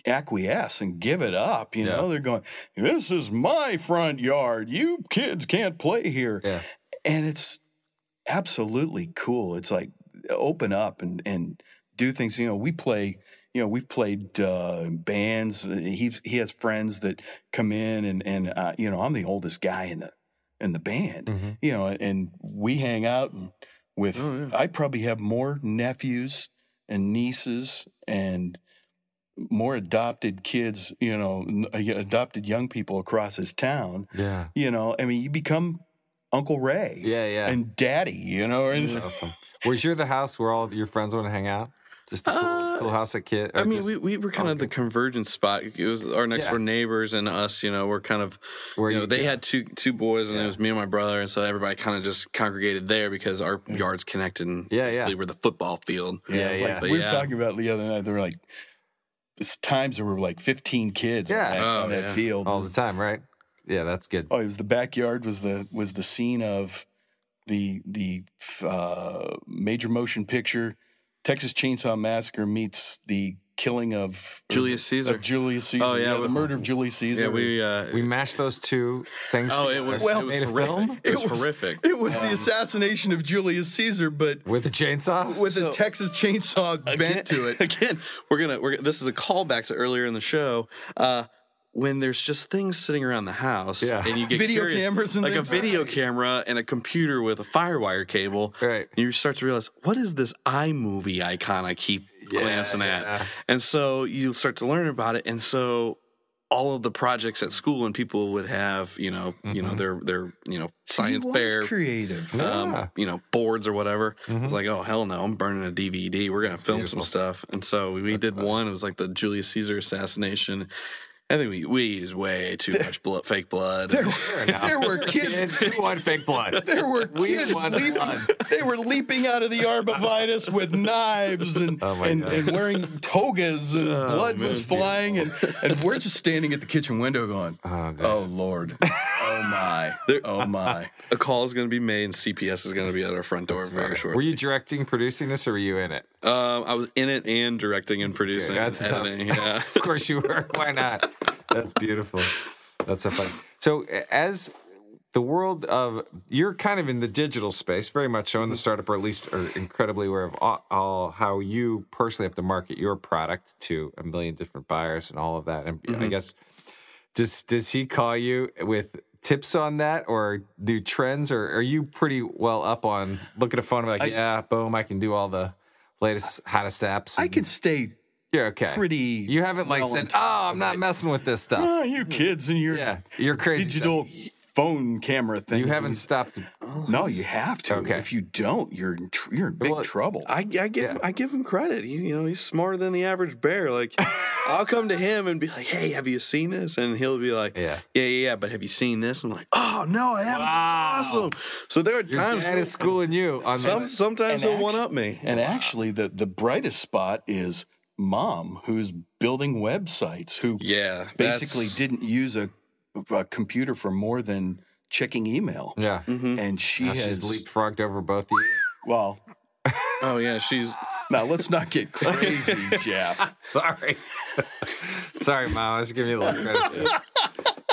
Speaker 2: acquiesce and give it up you
Speaker 1: Yeah.
Speaker 2: know they're going this is my front yard you kids can't play here
Speaker 1: Yeah.
Speaker 2: and it's absolutely cool. It's like open up and and do things. You know, we play. You know, we've played uh, in bands. He he has friends that come in and and uh, you know I'm the oldest guy in the in the band.
Speaker 4: Mm-hmm.
Speaker 1: Mhm.
Speaker 2: You know, and we hang out and with.
Speaker 4: Mm. Oh, yeah.
Speaker 2: I probably have more nephews and nieces and more adopted kids. You know, n- uh, adopted young people across his town.
Speaker 1: Yeah.
Speaker 2: You know, I mean, you become Uncle Ray
Speaker 1: Yeah, yeah.
Speaker 2: and daddy, you know, or anything.
Speaker 1: awesome. Was your the house where all your friends want to hang out? Just the cool,
Speaker 4: Uh,
Speaker 1: cool house of kid.
Speaker 4: I
Speaker 1: or
Speaker 4: mean,
Speaker 1: just
Speaker 4: we, we were kind of the convergence spot. It was our next
Speaker 1: Yeah.
Speaker 4: door neighbors and us. You know, we're kind of
Speaker 1: where
Speaker 4: you know, they
Speaker 1: yeah.
Speaker 4: had two two boys, and
Speaker 1: Yeah.
Speaker 4: it was me and my brother, and so everybody kind of just congregated there because our yards connected. And
Speaker 1: Yeah, yeah.
Speaker 4: basically we're the football field.
Speaker 1: Yeah,
Speaker 2: it's
Speaker 1: yeah.
Speaker 2: Like,
Speaker 4: But
Speaker 2: we were
Speaker 4: yeah.
Speaker 2: talking about the other night. They were like, it's times there were like 15 kids
Speaker 1: Yeah.
Speaker 2: on that,
Speaker 4: Oh,
Speaker 2: on that
Speaker 4: yeah.
Speaker 2: field.
Speaker 1: all the time, right? Yeah, that's good.
Speaker 2: Oh, it was the backyard was the was the scene of the the uh, major motion picture Texas Chainsaw Massacre meets the killing of
Speaker 4: Julius Caesar.
Speaker 2: Of Julius Caesar.
Speaker 4: Oh, yeah,
Speaker 2: the
Speaker 4: we-
Speaker 2: murder of Julius Caesar.
Speaker 4: Yeah, we. Uh,
Speaker 1: We mashed those two things.
Speaker 4: oh, it
Speaker 1: together,
Speaker 4: was
Speaker 2: Well,
Speaker 4: it was
Speaker 1: made a
Speaker 4: horrific.
Speaker 1: film
Speaker 4: It was,
Speaker 2: It was-
Speaker 4: horrific.
Speaker 2: it was the assassination of Julius Caesar, but
Speaker 1: with a chainsaw.
Speaker 2: with
Speaker 4: So-
Speaker 2: a Texas chainsaw bent to it.
Speaker 4: again. We're gonna. We're this is a callback to earlier in the show. Uh, when there's just things sitting around the house,
Speaker 1: Yeah.
Speaker 4: and you get
Speaker 2: Video
Speaker 4: curious,
Speaker 2: cameras and
Speaker 4: like a
Speaker 2: things.
Speaker 4: video camera and a computer with a firewire cable,
Speaker 1: Right.
Speaker 4: You start to realize what is this iMovie icon I keep glancing
Speaker 1: yeah.
Speaker 4: at, and so you start to learn about it, and so all of the projects at school and people would have you know you
Speaker 1: Mm-hmm.
Speaker 4: know their their you know science
Speaker 2: He was
Speaker 4: fair
Speaker 2: creative.
Speaker 1: Yeah.
Speaker 4: um, you know, boards or whatever. I was like, oh hell no, I'm burning a DVD. We're gonna film
Speaker 1: beautiful.
Speaker 4: some stuff. And so we, we did one. It was like the Julius Caesar assassination. I think we we used way too much blood, fake blood.
Speaker 2: There were kids.
Speaker 1: Kid, you want fake blood?
Speaker 2: There were
Speaker 1: We
Speaker 2: kids
Speaker 1: want
Speaker 2: leaping.
Speaker 1: blood.
Speaker 2: They were leaping out of the arbovitus with knives and
Speaker 1: Oh my
Speaker 2: and,
Speaker 1: God. Oh,
Speaker 2: and wearing togas and blood was flying and, and we're just standing at the kitchen window going,
Speaker 1: Oh,
Speaker 2: oh,
Speaker 1: God.
Speaker 2: lord, oh my, oh my.
Speaker 4: a call is gonna be made, and CPS is gonna be at our front door very
Speaker 1: Were
Speaker 4: shortly.
Speaker 1: you directing, producing this, or were you in it?
Speaker 4: um, I was in it and directing and producing.
Speaker 1: that's
Speaker 4: and
Speaker 1: tough.
Speaker 4: editing. Yeah.
Speaker 1: of course you were. Why not? That's beautiful. That's so fun. So a- as the world of you're kind of in the digital space, very much so in the
Speaker 2: Mm-hmm.
Speaker 1: startup, or at least are incredibly aware of all, all how you personally have to market your product to a million different buyers and all of that. And
Speaker 2: Mm-hmm.
Speaker 1: I guess does does he call you with tips on that or new trends, or are you pretty well up on look at a phone and be like, yeah, boom, I can do all the latest hottest apps.
Speaker 2: I
Speaker 1: and
Speaker 2: can stay
Speaker 1: You're okay.
Speaker 2: pretty.
Speaker 1: You haven't like
Speaker 2: well
Speaker 1: said,
Speaker 2: into
Speaker 1: oh, I'm not messing with this stuff.
Speaker 2: Ah, you kids and your
Speaker 1: Yeah, you're crazy. stuff.
Speaker 2: digital phone camera thing.
Speaker 1: You haven't stopped.
Speaker 2: No, you have to.
Speaker 1: Okay.
Speaker 2: If you don't, you're in tr- you're in big
Speaker 1: Well,
Speaker 2: trouble.
Speaker 4: I, I give
Speaker 1: Yeah.
Speaker 4: I give him credit. He, you know, he's smarter than the average bear. Like, I'll come to him and be like, "Hey, have you seen this?" And he'll be like,
Speaker 1: Yeah.
Speaker 4: yeah, yeah." yeah, But have you seen this? I'm like, "Oh no, I haven't."
Speaker 1: Wow.
Speaker 4: This is awesome. Oh. So there are
Speaker 1: Your
Speaker 4: times
Speaker 1: dad is schooling you on
Speaker 4: some
Speaker 1: the,
Speaker 4: sometimes
Speaker 2: And
Speaker 4: he'll one
Speaker 2: actu-
Speaker 4: up me.
Speaker 2: and actually, the the brightest spot is mom, who's building websites, who
Speaker 4: Yeah,
Speaker 2: basically
Speaker 4: that's-
Speaker 2: didn't use a, a computer for more than checking email,
Speaker 1: yeah. Mm-hmm.
Speaker 2: and she
Speaker 1: Now
Speaker 2: has
Speaker 1: she's leapfrogged over both of you.
Speaker 2: well.
Speaker 4: Oh yeah, she's
Speaker 2: Now let's not get crazy, Jeff.
Speaker 1: Sorry, sorry, mom. I was giving you a little credit. there.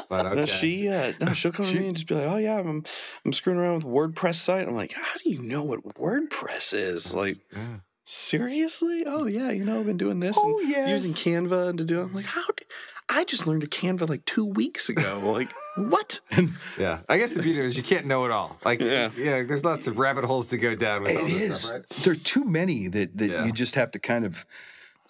Speaker 1: But okay.
Speaker 4: no, she uh, no, she'll come to me and just be like, "Oh yeah, I'm I'm screwing around with WordPress site." I'm like, "How do you know what WordPress is?" Like,
Speaker 1: Yeah.
Speaker 4: seriously? Oh yeah, you know I've been doing this
Speaker 2: Oh,
Speaker 4: and
Speaker 2: yes.
Speaker 4: using Canva and to do. I'm like, how? d I I just learned a Canva like two weeks ago. Like what?
Speaker 1: yeah. I guess the beauty of it is you can't know it all. Like, yeah,
Speaker 4: Yeah.
Speaker 1: there's lots of rabbit holes to go down with all
Speaker 2: It
Speaker 1: this
Speaker 2: is.
Speaker 1: stuff, right?
Speaker 2: There are too many that, that
Speaker 1: Yeah.
Speaker 2: you just have to kind of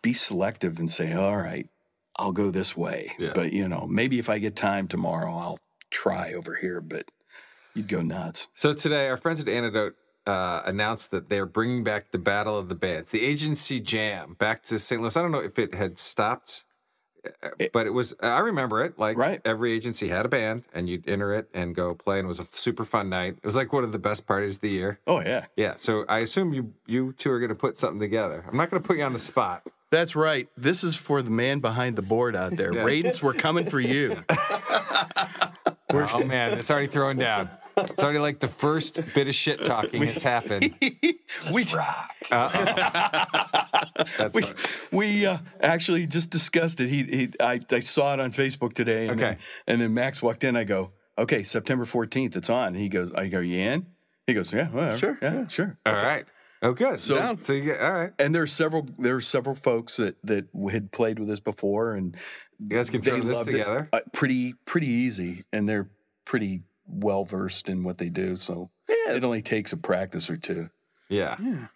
Speaker 2: be selective and say, all right, I'll go this way.
Speaker 1: Yeah.
Speaker 2: But, you know, maybe if I get time tomorrow, I'll try over here, but you'd go nuts.
Speaker 1: So today, our friends at Antidote uh, announced that they're bringing back the Battle of the Bands, the agency jam, back to St. Louis. I don't know if it had stopped, uh, but it was. I remember it. Like
Speaker 2: Right.
Speaker 1: every agency had a band, and you'd enter it and go play, and it was a f- super fun night. It was like one of the best parties of the year.
Speaker 2: Oh, yeah.
Speaker 1: Yeah. So I assume you you two are going to put something together. I'm not going to put you on the spot.
Speaker 2: That's right. This is for the man behind the board out there. Radens, we're coming for you.
Speaker 1: Oh man, it's already thrown down. It's already like the first bit of shit talking has happened.
Speaker 2: we
Speaker 1: That's
Speaker 2: we,
Speaker 1: fun.
Speaker 2: we uh, actually just discussed it. He, he I, I saw it on Facebook today. And
Speaker 1: Okay.
Speaker 2: Then, and then Max walked in. I go, okay, September 14th, it's on. He goes, I go, you in? He goes, yeah, whatever.
Speaker 4: Sure,
Speaker 2: Yeah, sure.
Speaker 1: all right. Oh, good. So,
Speaker 2: So-
Speaker 1: so you get all right.
Speaker 2: And there are several there are several folks that that had played with us before, and
Speaker 1: You guys can throw this
Speaker 2: loved it,
Speaker 1: together.
Speaker 2: uh, pretty pretty easy, and they're pretty well versed in what they do. So
Speaker 4: Yeah.
Speaker 2: it only takes a practice or two.
Speaker 1: Yeah.
Speaker 4: Yeah.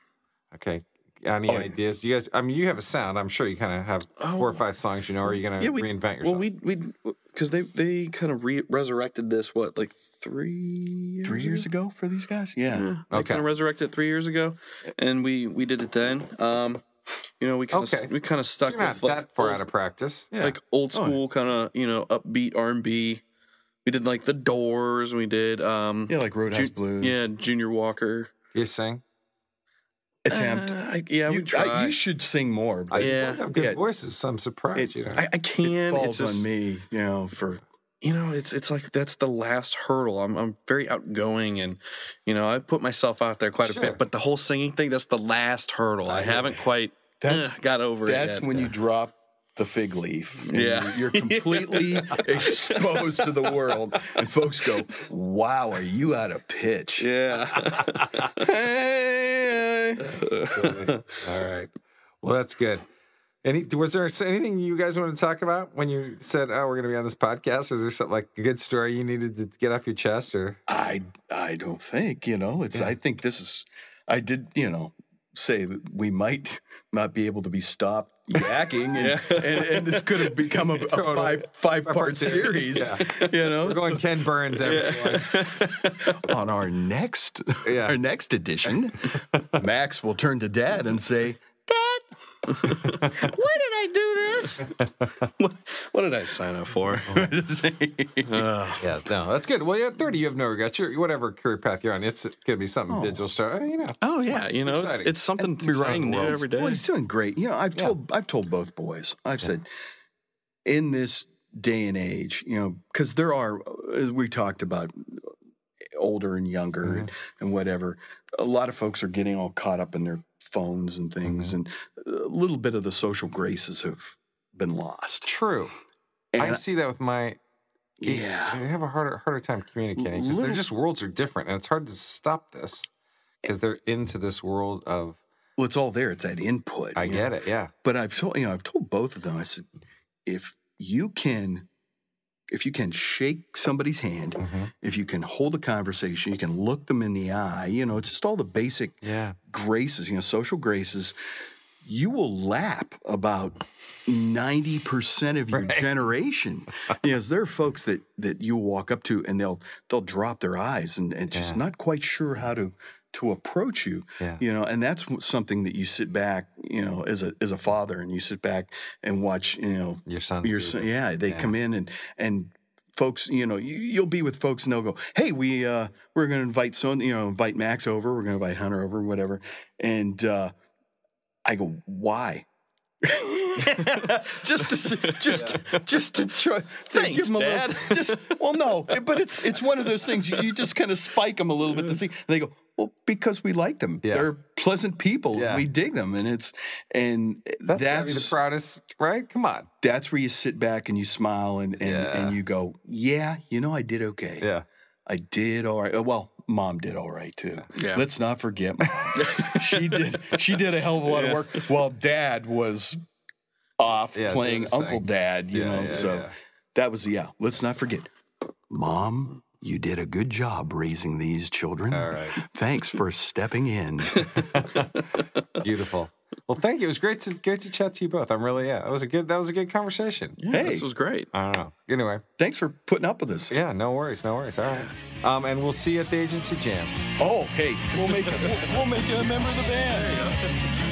Speaker 1: Okay. Any
Speaker 2: Oh, yeah.
Speaker 1: ideas? You guys, I mean, you have a sound. I'm sure you kind of have four or five songs you know. Are you going to
Speaker 4: Oh, we,
Speaker 1: reinvent yourself?
Speaker 4: Well, we we because they they kind of re- resurrected this what like three
Speaker 2: Three years ago for these guys, yeah.
Speaker 4: Mm-hmm. Yeah, they
Speaker 1: Okay.
Speaker 4: kind of resurrected three years ago, and we we did it then. Um, you know, we kind of
Speaker 1: Okay.
Speaker 4: we kind of
Speaker 1: So
Speaker 4: stuck
Speaker 1: you're not
Speaker 4: with like
Speaker 1: that far
Speaker 4: old,
Speaker 1: out of practice. Yeah.
Speaker 4: like old
Speaker 2: Oh, yeah.
Speaker 4: school kind of you know upbeat R and B. We did like the Doors. We did um
Speaker 2: Yeah, like Roadhouse
Speaker 4: Ju-
Speaker 2: Blues.
Speaker 4: yeah Junior Walker.
Speaker 1: you sing.
Speaker 2: Attempt.
Speaker 4: Uh, I, yeah,
Speaker 2: you,
Speaker 4: we tried.
Speaker 2: I, you should sing more.
Speaker 1: I,
Speaker 2: But
Speaker 1: you
Speaker 4: Yeah.
Speaker 1: both have good
Speaker 2: Yeah.
Speaker 1: voices. So I'm surprised.
Speaker 2: It-
Speaker 1: you know.
Speaker 4: I, I
Speaker 2: it
Speaker 4: can.
Speaker 2: falls
Speaker 4: it's just,
Speaker 2: on me, you know. For
Speaker 4: you know, it's it's like that's the last hurdle. I'm I'm very outgoing and you know, I put myself out there quite a
Speaker 1: Sure.
Speaker 4: bit. But the whole singing thing, that's the last hurdle. I,
Speaker 1: I hear
Speaker 4: haven't quite
Speaker 2: That's-
Speaker 4: uh, got over
Speaker 2: that's
Speaker 4: it. yet.
Speaker 2: when you drop the fig leaf. and
Speaker 4: Yeah.
Speaker 2: you're you're completely exposed to the world, and folks go, "Wow, are you out of pitch?"
Speaker 4: Yeah.
Speaker 2: Hey,
Speaker 1: All right. Well, that's good. Any was there anything you guys wanted to talk about when you said, "Oh, we're going to be on this podcast"? Was there something like a good story you needed to get off your chest, or
Speaker 2: I I don't think you know. It's I think this is. I did you know say that we might not be able to be stopped yakking, and, and, and this could have become a, a
Speaker 1: Totally.
Speaker 2: five five part
Speaker 1: series,
Speaker 2: series.
Speaker 1: yeah.
Speaker 2: You know,
Speaker 1: we're going Ken Burns? Everyone.
Speaker 2: on our next
Speaker 1: Yeah.
Speaker 2: our next edition, Max will turn to Dad and say,
Speaker 4: Why did I do this? what, what did I sign up for?
Speaker 2: Oh,
Speaker 1: Yeah, no, that's good. Well, you're 30, you have no regrets. Your whatever career path you're on, it's gonna be something digital star. You know,
Speaker 4: Oh yeah, you know, it's,
Speaker 1: exciting.
Speaker 4: it's something to be
Speaker 1: exciting
Speaker 4: running new
Speaker 1: world.
Speaker 4: every day.
Speaker 2: "Well, he's doing great." You know, I've told I've told both boys. I've said, in this day and age, you know, because there are as we talked about older and younger and, and whatever. A lot of folks are getting all caught up in their phones and things, and a little bit of the social graces have been lost.
Speaker 1: true. I
Speaker 2: And
Speaker 1: see that with my
Speaker 2: Yeah.
Speaker 1: they have a harder harder time communicating because their
Speaker 2: Little-
Speaker 1: just worlds are different, and it's hard to stop this because they're into this world of.
Speaker 2: Well, it's all there. It's that input.
Speaker 1: I
Speaker 2: you know?
Speaker 1: get it. Yeah.
Speaker 2: But I've told you know I've told both of them. I said if you can, if you can shake somebody's hand,
Speaker 1: Mhm.
Speaker 2: if you can hold a conversation, you can look them in the eye. You know, it's just all the basic
Speaker 1: Yeah.
Speaker 2: graces. You know, social graces. You will lap about ninety percent of your generation. you know, so there are folks that that you walk up to and they'll they'll drop their eyes and and just
Speaker 1: Yeah.
Speaker 2: not quite sure how to to approach you
Speaker 1: Yeah.
Speaker 2: you know and that's w- something that you sit back you know as a as a father and you sit back and watch you know
Speaker 1: Your son's.
Speaker 2: your
Speaker 1: do
Speaker 2: son
Speaker 1: this.
Speaker 2: yeah they come in and and folks you know you, you'll be with folks and they'll go hey we uh we're going to invite so you know invite max over we're going to invite hunter over whatever and uh i go why just to s- just just to try to
Speaker 4: Thanks,
Speaker 2: give 'em a
Speaker 4: Dad.
Speaker 2: little just well no but it's it's one of those things you, you just kind of spike them a little bit to see and they go well because we like them
Speaker 1: Yeah.
Speaker 2: they're pleasant people
Speaker 1: Yeah.
Speaker 2: we dig them and it's and
Speaker 1: That's, gotta be the proudest, right? Come on.
Speaker 2: that's where you sit back and you smile and and,
Speaker 1: Yeah.
Speaker 2: and you go, yeah, you know, I did okay.
Speaker 1: Yeah.
Speaker 2: I did all right. Uh, Well, mom did all right too.
Speaker 4: Yeah.
Speaker 2: Let's not forget, mom. she did. She did a hell of a lot of work. While dad was off
Speaker 1: Yeah, doing
Speaker 2: playing
Speaker 1: his
Speaker 2: Uncle
Speaker 1: thing.
Speaker 2: Dad, you
Speaker 1: Yeah,
Speaker 2: know.
Speaker 1: yeah,
Speaker 2: so
Speaker 1: yeah.
Speaker 2: that was yeah. Let's not forget, mom. You did a good job raising these children.
Speaker 1: All right.
Speaker 2: Thanks for stepping in.
Speaker 1: Beautiful. Well, thank you. It was great to great to chat to you both. I'm really yeah. That was a good that was a good conversation.
Speaker 4: Yeah,
Speaker 2: hey,
Speaker 4: this was great.
Speaker 1: I don't know. Anyway,
Speaker 2: thanks for putting up with us.
Speaker 1: yeah, no worries, no worries. All right. Um, and we'll see you at the agency jam.
Speaker 2: Oh, hey, we'll make we'll, we'll make you a member of the band.